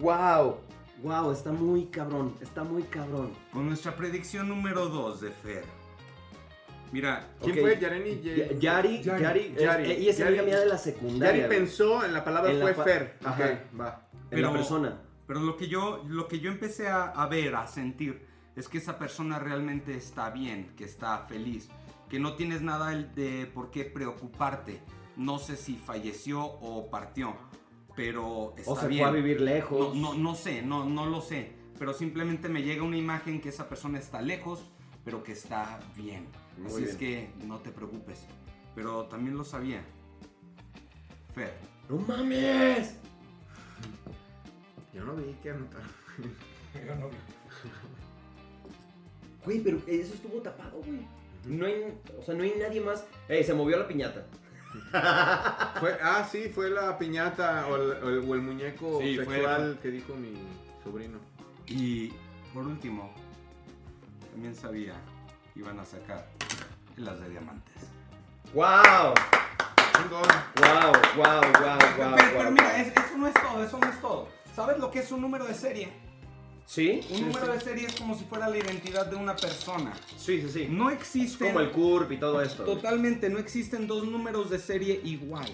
Speaker 1: Wow. Wow, está muy cabrón. Está muy cabrón.
Speaker 3: Con nuestra predicción número 2 de Fer. Mira,
Speaker 2: ¿Quién
Speaker 1: Ok.
Speaker 2: fue? Yareni.
Speaker 1: Ya- Yari,
Speaker 4: Yari,
Speaker 1: Yari, es-
Speaker 2: Yari,
Speaker 1: eh, ella es
Speaker 2: Yari.
Speaker 1: amiga mía de la
Speaker 2: Yari
Speaker 1: secundaria. güey,
Speaker 2: pensó en la palabra
Speaker 1: En la
Speaker 2: fue
Speaker 1: pa-
Speaker 2: Fer.
Speaker 1: Ajá.
Speaker 2: Ok, va.
Speaker 1: en la
Speaker 3: pero-
Speaker 1: persona.
Speaker 3: pero lo que yo, lo que yo empecé a, a ver, a sentir, es que esa persona realmente está bien, que está feliz, que no tienes nada el- de por qué preocuparte. No sé si falleció o partió, pero está
Speaker 1: O se
Speaker 3: bien.
Speaker 1: fue a vivir
Speaker 3: No,
Speaker 1: lejos.
Speaker 3: no, no sé, no, no lo sé. Pero simplemente me llega una imagen que esa persona está lejos, pero que está bien.
Speaker 1: Muy
Speaker 3: Así es que no te preocupes. Pero también lo sabía. Fer,
Speaker 1: ¡No mames.
Speaker 2: Yo no vi que anotar.
Speaker 4: Yo no eh, vi.
Speaker 1: Güey, pero eso estuvo tapado, güey. No hay, o sea, no hay nadie más. Ey, se movió la piñata.
Speaker 2: Fue- ah, sí, fue la piñata o el, o el- o el muñeco
Speaker 3: Sí, fue-
Speaker 2: sexual que dijo mi sobrino.
Speaker 3: y por último, también sabía que iban a sacar las de diamantes.
Speaker 1: ¡Wow!
Speaker 2: Chingón.
Speaker 1: ¡Wow! ¡Wow! ¡Wow!
Speaker 3: pero
Speaker 1: ¡Wow!
Speaker 3: pero mira, es- eso no es todo, eso no es todo. ¿Sabes lo que es un número de serie?
Speaker 1: ¿Sí?
Speaker 3: Un número de serie es como si fuera la identidad de una persona.
Speaker 1: Sí, sí, sí.
Speaker 3: No
Speaker 1: Es
Speaker 3: existe
Speaker 1: como el CURP y todo esto. güey.
Speaker 3: Totalmente, no existen dos números de serie igual.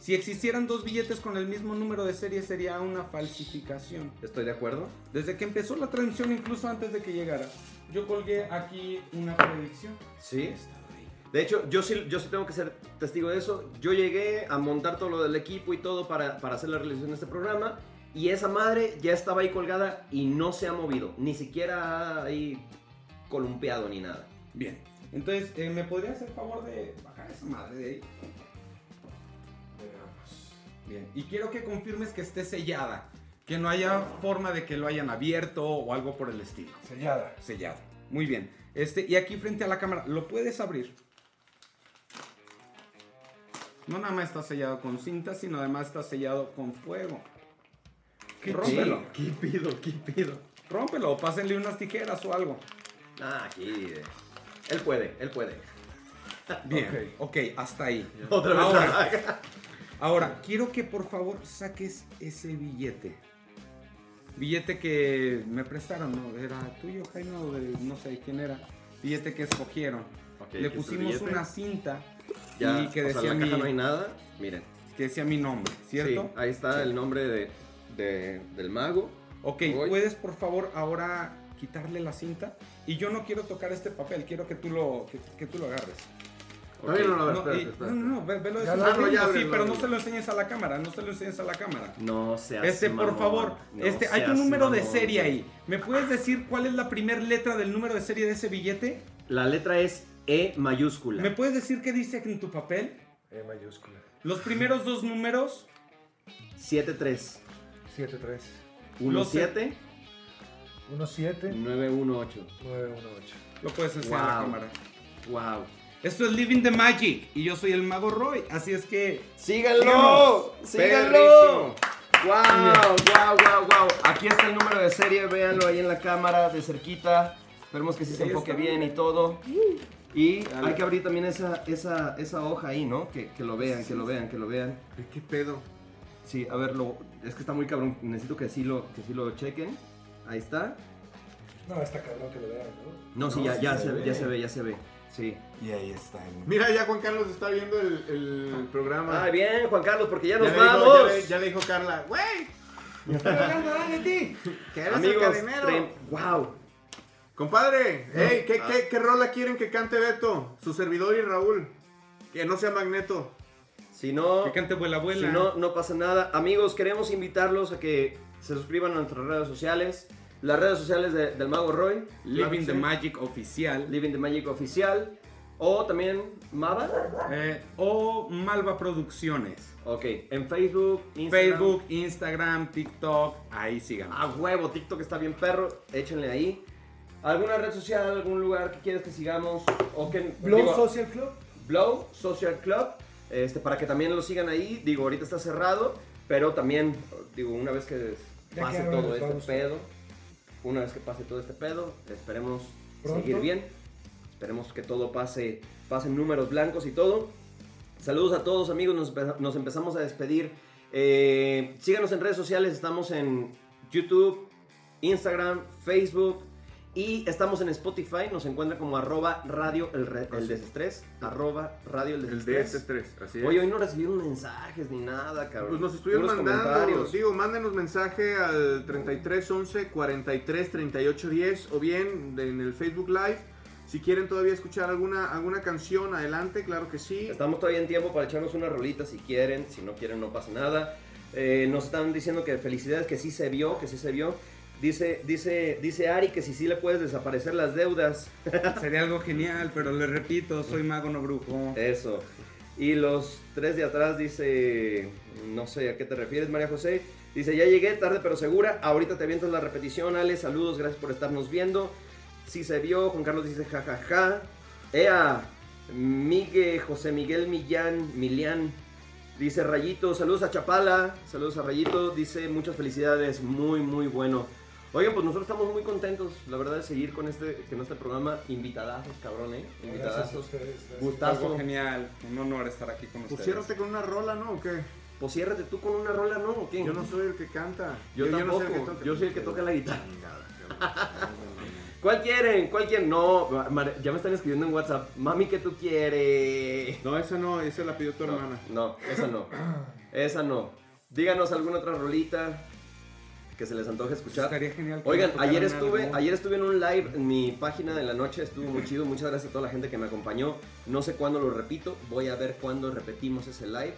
Speaker 3: Si existieran dos billetes con el mismo número de serie sería una falsificación.
Speaker 1: Estoy de acuerdo.
Speaker 3: Desde que empezó la transmisión, incluso antes de que llegara, yo colgué aquí una predicción.
Speaker 1: Sí. De hecho, yo sí, yo sí tengo que ser testigo de eso. Yo llegué a montar todo lo del equipo y todo para, para hacer la realización de este programa. Y esa madre ya estaba ahí colgada y no se ha movido. Ni siquiera ha ahí columpiado ni nada.
Speaker 3: Bien, entonces, eh, ¿me podría hacer favor de bajar esa madre de ahí? Veamos.
Speaker 4: pues,
Speaker 3: Bien, y quiero que confirmes que esté sellada, que no haya forma de que lo hayan abierto o algo por el estilo.
Speaker 4: Sellada.
Speaker 3: Sellado. Muy bien. Este, y aquí frente a la cámara, ¿lo puedes abrir? No nada más está sellado con cinta, sino además está sellado con fuego. Rómpelo.
Speaker 1: ¿Qué pido? ¿Qué pido?
Speaker 3: Rómpelo o pásenle unas tijeras o algo.
Speaker 1: Ah, aquí. eh. Él puede, él puede.
Speaker 3: Bien. ok, hasta ahí.
Speaker 1: Otra vez.
Speaker 3: Ahora, ahora, quiero que por favor saques ese billete. Billete que me prestaron, ¿no? Era tuyo, Jaime, o de no sé quién era. Billete que escogieron.
Speaker 1: Ok, aquí está
Speaker 3: Le
Speaker 1: el
Speaker 3: pusimos
Speaker 1: billete.
Speaker 3: una cinta
Speaker 1: Ya,
Speaker 3: y que
Speaker 1: o
Speaker 3: decía,
Speaker 1: sea, en la
Speaker 3: mi,
Speaker 1: caja no hay nada. Miren.
Speaker 3: que decía mi nombre, ¿cierto?
Speaker 1: Sí, ahí está el nombre de, de- del mago.
Speaker 3: Ok,
Speaker 1: Voy.
Speaker 3: ¿puedes por favor ahora quitarle la cinta? Y yo no quiero tocar este papel, quiero que tú lo, que, que tú lo agarres.
Speaker 2: Todavía
Speaker 1: Ok.
Speaker 2: no lo abres,
Speaker 3: No,
Speaker 2: espérate,
Speaker 3: y-
Speaker 2: espérate.
Speaker 3: no, no, no, ve- velo de
Speaker 4: Ya
Speaker 3: ese
Speaker 4: lo
Speaker 3: lado.
Speaker 2: abro, ya
Speaker 3: Sí,
Speaker 2: abro,
Speaker 3: pero
Speaker 2: lo
Speaker 3: no
Speaker 2: abro.
Speaker 3: se lo enseñes a la cámara, no se lo enseñes a la cámara.
Speaker 1: No seas
Speaker 3: Este, por
Speaker 1: mamón.
Speaker 3: favor,
Speaker 1: No
Speaker 3: este, hay un
Speaker 1: seas
Speaker 3: número de
Speaker 1: mamón,
Speaker 3: serie
Speaker 1: güey.
Speaker 3: ahí. ¿Me puedes decir cuál es la primera letra del número de serie de ese billete?
Speaker 1: La letra es E mayúscula.
Speaker 3: ¿Me puedes decir qué dice en tu papel?
Speaker 4: E mayúscula.
Speaker 3: Los primeros dos números
Speaker 1: 7-3.
Speaker 4: 7-3.
Speaker 1: 17
Speaker 4: 1-7,
Speaker 1: 918.
Speaker 4: 9-1-8.
Speaker 3: Lo puedes enseñar a la
Speaker 1: Wow.
Speaker 3: cámara.
Speaker 1: Wow.
Speaker 3: Esto es Living the Magic y yo soy el mago Roy, así es que
Speaker 1: Síganlo, síganlo.
Speaker 2: Perrísimo.
Speaker 1: Wow, wow, wow, wow. Aquí está el número de serie, véanlo ahí en la cámara de cerquita. Esperemos que sí se
Speaker 3: Ahí
Speaker 1: enfoque
Speaker 3: está.
Speaker 1: bien y todo. Y
Speaker 2: Dale.
Speaker 1: hay que abrir también esa, esa, esa hoja ahí, ¿no? Que, que lo vean, que lo vean, que lo vean.
Speaker 2: ¿Qué pedo?
Speaker 1: Sí, a verlo. Es que está muy cabrón. Necesito que sí lo, que sí lo chequen. Ahí está.
Speaker 4: No, está cabrón que lo vean, ¿no?
Speaker 1: No, sí,
Speaker 2: No,
Speaker 1: ya,
Speaker 2: sí
Speaker 1: ya,
Speaker 2: se
Speaker 1: se,
Speaker 2: ve.
Speaker 1: ya se ve, ya se ve. Sí.
Speaker 5: Y ahí está. el-
Speaker 2: Mira, ya Juan Carlos está viendo el, el programa.
Speaker 1: Ah, bien, Juan Carlos, porque ya
Speaker 2: Ya
Speaker 1: nos
Speaker 2: le dijo-
Speaker 1: vamos.
Speaker 2: ya, le, ya le dijo Carla, güey, que eres el
Speaker 1: Amigos,
Speaker 2: cadenero.
Speaker 1: wow.
Speaker 2: Compadre, hey, ¿qué, qué, qué rola quieren que cante Beto? Su servidor y Raúl. Que no sea Magneto.
Speaker 1: Si no,
Speaker 3: que cante vuela
Speaker 1: si
Speaker 3: abuela.
Speaker 1: no, no pasa nada. Amigos, queremos invitarlos a que se suscriban a nuestras redes sociales. Las redes sociales de- del Mago Roy.
Speaker 3: Living
Speaker 1: Claro que
Speaker 3: the
Speaker 1: sí.
Speaker 3: Magic oficial
Speaker 1: Living the Magic Oficial. O también Mava.
Speaker 3: eh, o Malva Producciones.
Speaker 1: Ok, en Facebook, Instagram.
Speaker 3: Facebook, Instagram, TikTok, ahí sigan.
Speaker 1: A huevo, TikTok está bien perro. Échenle ahí. ¿Alguna red social, algún lugar que quieres que sigamos? O que,
Speaker 4: Blow
Speaker 1: Pues digo,
Speaker 4: Social Club.
Speaker 1: Blow Social Club, este, para que también lo sigan ahí. Digo, ahorita está cerrado, pero también, digo, una vez que
Speaker 4: Ya
Speaker 1: pase
Speaker 4: que abran
Speaker 1: todo
Speaker 4: los
Speaker 1: este
Speaker 4: pagos.
Speaker 1: pedo, una vez que pase todo este pedo, esperemos
Speaker 4: Pronto.
Speaker 1: seguir bien. Esperemos que todo pase, pasen números blancos y todo. Saludos a todos amigos, nos, empe- nos empezamos a despedir. Eh, síganos en redes sociales, estamos en YouTube, Instagram, Facebook y estamos en Spotify, nos encuentran como arroba radio el, re- el desestrés, arroba radio el
Speaker 2: El
Speaker 1: desestrés.
Speaker 2: de este estrés, así es.
Speaker 1: Oye, hoy no recibieron mensajes ni nada, cabrón.
Speaker 2: pues nos estuvieron
Speaker 1: Puros
Speaker 2: mandando,
Speaker 1: comentarios.
Speaker 2: digo, mándenos mensaje al 33 11 43 38 10 o bien de- en el Facebook Live. Si quieren todavía escuchar alguna, alguna canción, adelante, claro que sí.
Speaker 1: Estamos todavía en tiempo para echarnos una rolita si quieren, si no quieren no pasa nada. Eh, nos están diciendo que felicidades, que sí se vio, que sí se vio. Dice, dice, dice Ari que si sí le puedes desaparecer las deudas.
Speaker 3: Sería algo genial, pero les repito, soy mago no brujo.
Speaker 1: Eso. Y los tres de atrás dice, no sé a qué te refieres, María José. Dice, ya llegué tarde pero segura. Ahorita te avientas la repetición, Ale. Saludos, gracias por estarnos viendo. Sí se vio. Juan Carlos dice, jajaja. Ea, Miguel, José Miguel Millán, Milián. Dice Rayito, saludos a Chapala. Saludos a Rayito. Dice, muchas felicidades. Muy, muy bueno. Oigan, pues nosotros estamos muy contentos, la verdad, de seguir con este, con este programa. Invitadazos, cabrón, ¿eh?
Speaker 4: Gracias a
Speaker 1: Invitadazos.
Speaker 4: ustedes. gracias.
Speaker 1: Gustazo.
Speaker 3: Algo genial, un honor estar aquí con ustedes.
Speaker 2: Pusiérote con una rola, ¿no? ¿O qué?
Speaker 1: Pues ciérrate tú con una rola, ¿no? ¿O quién?
Speaker 2: Yo no soy el que canta.
Speaker 1: Yo
Speaker 2: no
Speaker 1: tampoco.
Speaker 2: soy el que
Speaker 1: yo soy el que toca la guitarra.
Speaker 2: Chingada, cabrón.
Speaker 1: ¿Cuál quieren? ¿Cuál quieren? No, Mar- ya me están escribiendo en WhatsApp. Mami, ¿qué tú quieres?
Speaker 2: No, esa no, esa la pidió tu
Speaker 1: No,
Speaker 2: hermana.
Speaker 1: no, esa no. Esa no. Díganos alguna otra rolita que se les antoje escuchar.
Speaker 3: Pues Estaría genial. que
Speaker 1: Oigan,
Speaker 3: nos tocaran
Speaker 1: ayer estuve,
Speaker 3: algo.
Speaker 1: ayer estuve en un live en mi página de la noche, estuvo muy chido, muchas gracias a toda la gente que me acompañó. No sé cuándo lo repito, voy a ver cuándo repetimos ese live.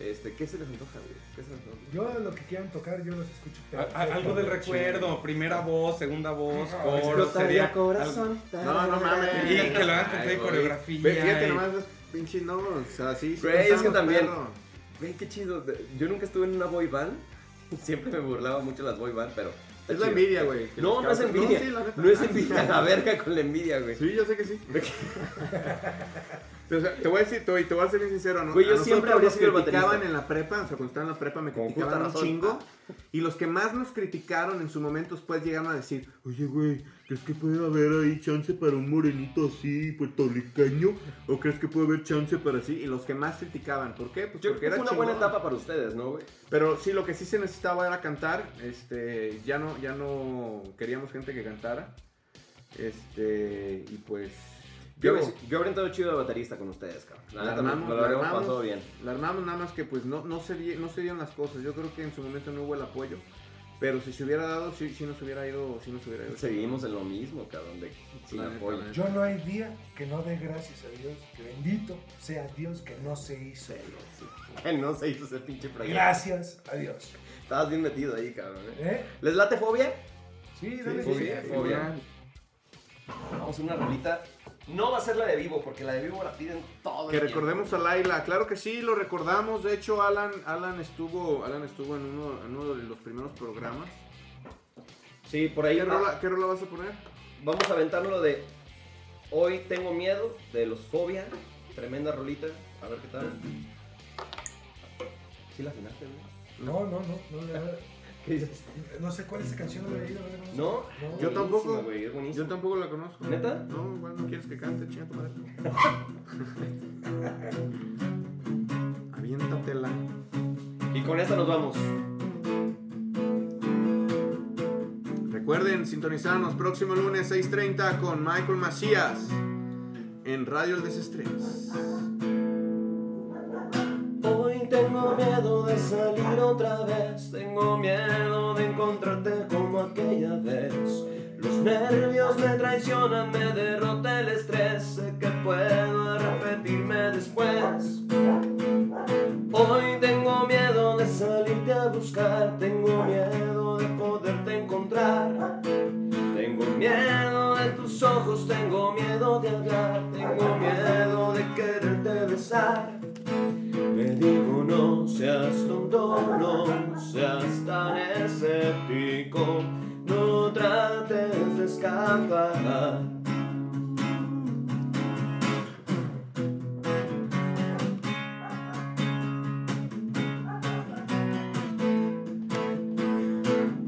Speaker 1: Este, ¿qué se les antoja, güey? ¿Qué se les antoja?
Speaker 4: Yo lo que quieran tocar, yo los escucho.
Speaker 3: A- a- algo del recuerdo, primera voz, segunda voz,
Speaker 2: Ah,
Speaker 3: coro, sería
Speaker 1: Explotaría
Speaker 3: algo-
Speaker 1: corazón.
Speaker 2: No, no mames.
Speaker 3: Y que lo hagan
Speaker 1: Ay,
Speaker 3: con toda y
Speaker 1: güey.
Speaker 3: coreografía.
Speaker 2: Ve, fíjate
Speaker 3: y-
Speaker 2: nomás los pinches no, o sea, sí, sí
Speaker 1: Güey, es que
Speaker 2: pensamos,
Speaker 1: también-
Speaker 2: perro.
Speaker 1: Güey, qué chido. Yo nunca estuve en una boy band. Siempre me burlaba mucho las boy band, pero.
Speaker 2: Es la envidia, güey. que
Speaker 1: No,
Speaker 2: les
Speaker 1: no es
Speaker 2: causa.
Speaker 1: envidia.
Speaker 2: sí, la
Speaker 1: No,
Speaker 2: neta.
Speaker 1: es envidia. La verga con la envidia, güey.
Speaker 2: Sí, yo sé que sí. O sea, te voy a decir, te voy, te voy a ser bien sincero, ¿no?
Speaker 1: Güey, yo
Speaker 2: A nosotros
Speaker 1: siempre habría
Speaker 2: nos
Speaker 1: sido el
Speaker 2: criticaban
Speaker 1: baterista.
Speaker 2: en la prepa, o sea, cuando estaba en la prepa me
Speaker 1: Con
Speaker 2: criticaban
Speaker 1: justa
Speaker 2: un
Speaker 1: razón.
Speaker 2: chingo. Y los que más nos criticaron en su momento después llegaron a decir, oye, güey, ¿crees que puede haber ahí chance para un morenito así, puertorriqueño? ¿O crees que puede haber chance para así? Y los que más criticaban, ¿por qué? Pues
Speaker 1: Yo creo
Speaker 2: porque
Speaker 1: que
Speaker 2: era
Speaker 1: fue una buena
Speaker 2: chingón.
Speaker 1: etapa para ustedes, ¿no, güey?
Speaker 2: Pero sí, lo que sí se necesitaba era cantar. Este, ya no, ya no queríamos gente que cantara. Este, y pues.
Speaker 1: Yo,
Speaker 2: digo,
Speaker 1: habría- yo habría entrado chido de baterista con ustedes, cabrón. La
Speaker 2: La
Speaker 1: neta, me-
Speaker 2: armamos,
Speaker 1: me lo
Speaker 2: la
Speaker 1: habríamos
Speaker 2: armamos.
Speaker 1: pasado bien.
Speaker 2: la armamos nada más que pues no, no, se di- no se dieron las cosas. Yo creo que en su momento no hubo el apoyo. Pero si se hubiera dado, sí, sí nos hubiera ido, sí nos hubiera ido.
Speaker 1: Seguimos en lo mismo, cabrón, de sin
Speaker 2: La neta,
Speaker 1: apoyo.
Speaker 2: la neta.
Speaker 4: Yo no hay día que no dé gracias a Dios, que bendito sea Dios que no se hizo.
Speaker 1: Que no se hizo ese pinche proyecto.
Speaker 4: Gracias a Dios.
Speaker 1: Estabas bien metido ahí, cabrón. ¿eh?
Speaker 4: ¿Eh?
Speaker 1: ¿Les late fobia? Sí,
Speaker 4: Sí, dale.
Speaker 1: sí,
Speaker 4: sí.
Speaker 1: sí, fobia. Vamos a una rolita. No va a ser la de vivo, porque la de vivo la piden todo
Speaker 2: Que
Speaker 1: el tiempo.
Speaker 2: recordemos a Laila, claro que sí, lo recordamos. De hecho, Alan, Alan estuvo, Alan estuvo en uno, en uno de los primeros programas.
Speaker 1: Sí, por ahí
Speaker 2: ¿Qué rola, qué rola vas a poner?
Speaker 1: vamos a aventarlo de Hoy tengo miedo, de los Fobia. Tremenda rolita, a ver qué tal. ¿Sí la afinaste, güey?
Speaker 4: No, no, no. No, la verdad,
Speaker 1: ¿Qué dices?
Speaker 4: no sé cuál es esa canción. No, la he oído, la verdad, no sé.
Speaker 1: ¿No?
Speaker 4: No.
Speaker 2: Yo tampoco.
Speaker 1: Buenísima, güey, es buenísima.
Speaker 2: Yo tampoco la conozco.
Speaker 1: ¿Neta?
Speaker 2: No, igual no quieres que cante, chinga tu madre. Aviéntatela.
Speaker 1: Y con esta nos vamos.
Speaker 2: Recuerden sintonizarnos próximo lunes 6.30 con Michael Macías en Radio El Desestrés.
Speaker 1: Hoy tengo miedo de salir otra vez, tengo miedo de encontrarte como aquella vez. Los nervios me traicionan, me derrota el estrés, sé que puedo repetirme después. Hoy tengo miedo de salirte a buscar, tengo miedo de poderte encontrar. Tengo miedo de tus ojos, tengo miedo de hablar, tengo miedo de quererte besar. Me digo no seas tonto, no seas tan escéptico, no trates de escapar.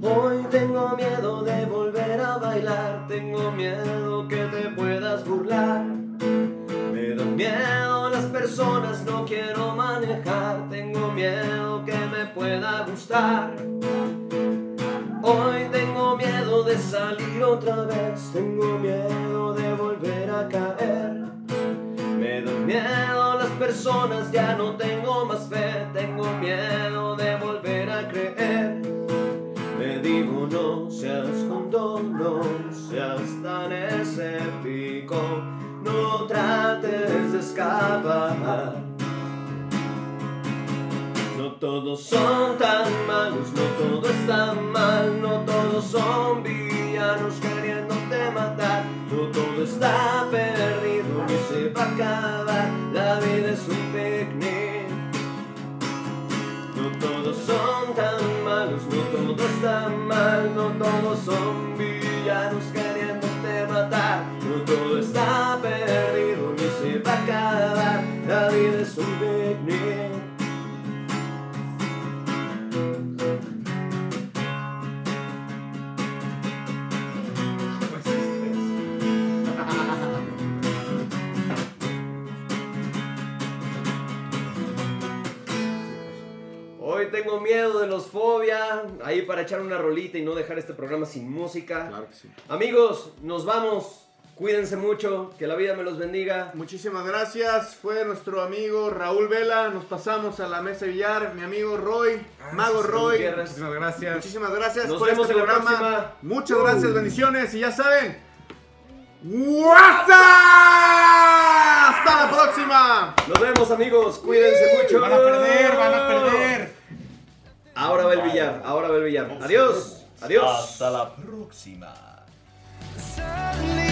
Speaker 1: Hoy tengo miedo de volver a bailar, tengo miedo que te puedas burlar. Me dan miedo las personas, no quiero manejar, tengo miedo que me pueda gustar. Hoy tengo miedo de salir otra vez, tengo miedo de volver a caer. Me dan miedo las personas, ya no tengo más fe, tengo miedo de volver a creer. Me digo no seas tonto, no seas tan escéptico, no trates de escapar. No todos son tan malos, no todo está mal, no todos son villanos queriéndote matar, no todo está perdido ni se va a acabar, la vida es un picnic. No todos son tan malos, no todo está mal, no todos son villanos queriéndote matar, no todo está perdido ni se va a acabar, la vida es un picnic. Hoy tengo miedo de los fobia, ahí para echar una rolita y no dejar este programa sin música.
Speaker 2: Claro que sí.
Speaker 1: Amigos, nos vamos. Cuídense mucho, que la vida me los bendiga.
Speaker 2: Muchísimas gracias. Fue nuestro amigo Raúl Vela. Nos pasamos a la mesa de billar. Mi amigo Roy,
Speaker 1: Ah,
Speaker 2: Mago Roy.
Speaker 1: Gutiérrez.
Speaker 3: Muchísimas gracias.
Speaker 2: Muchísimas gracias
Speaker 1: Nos
Speaker 2: por
Speaker 1: vemos
Speaker 2: este
Speaker 1: en la
Speaker 2: programa.
Speaker 1: próxima. Uh.
Speaker 2: Muchas gracias, bendiciones. Y ya saben, WhatsApp. Hasta la próxima.
Speaker 1: Nos vemos, amigos. Cuídense mucho.
Speaker 3: Van a perder, van a perder.
Speaker 1: Ahora va el billar, ahora va el billar. Adiós. Adiós.
Speaker 5: Hasta la próxima.
Speaker 6: Suddenly
Speaker 2: Oh,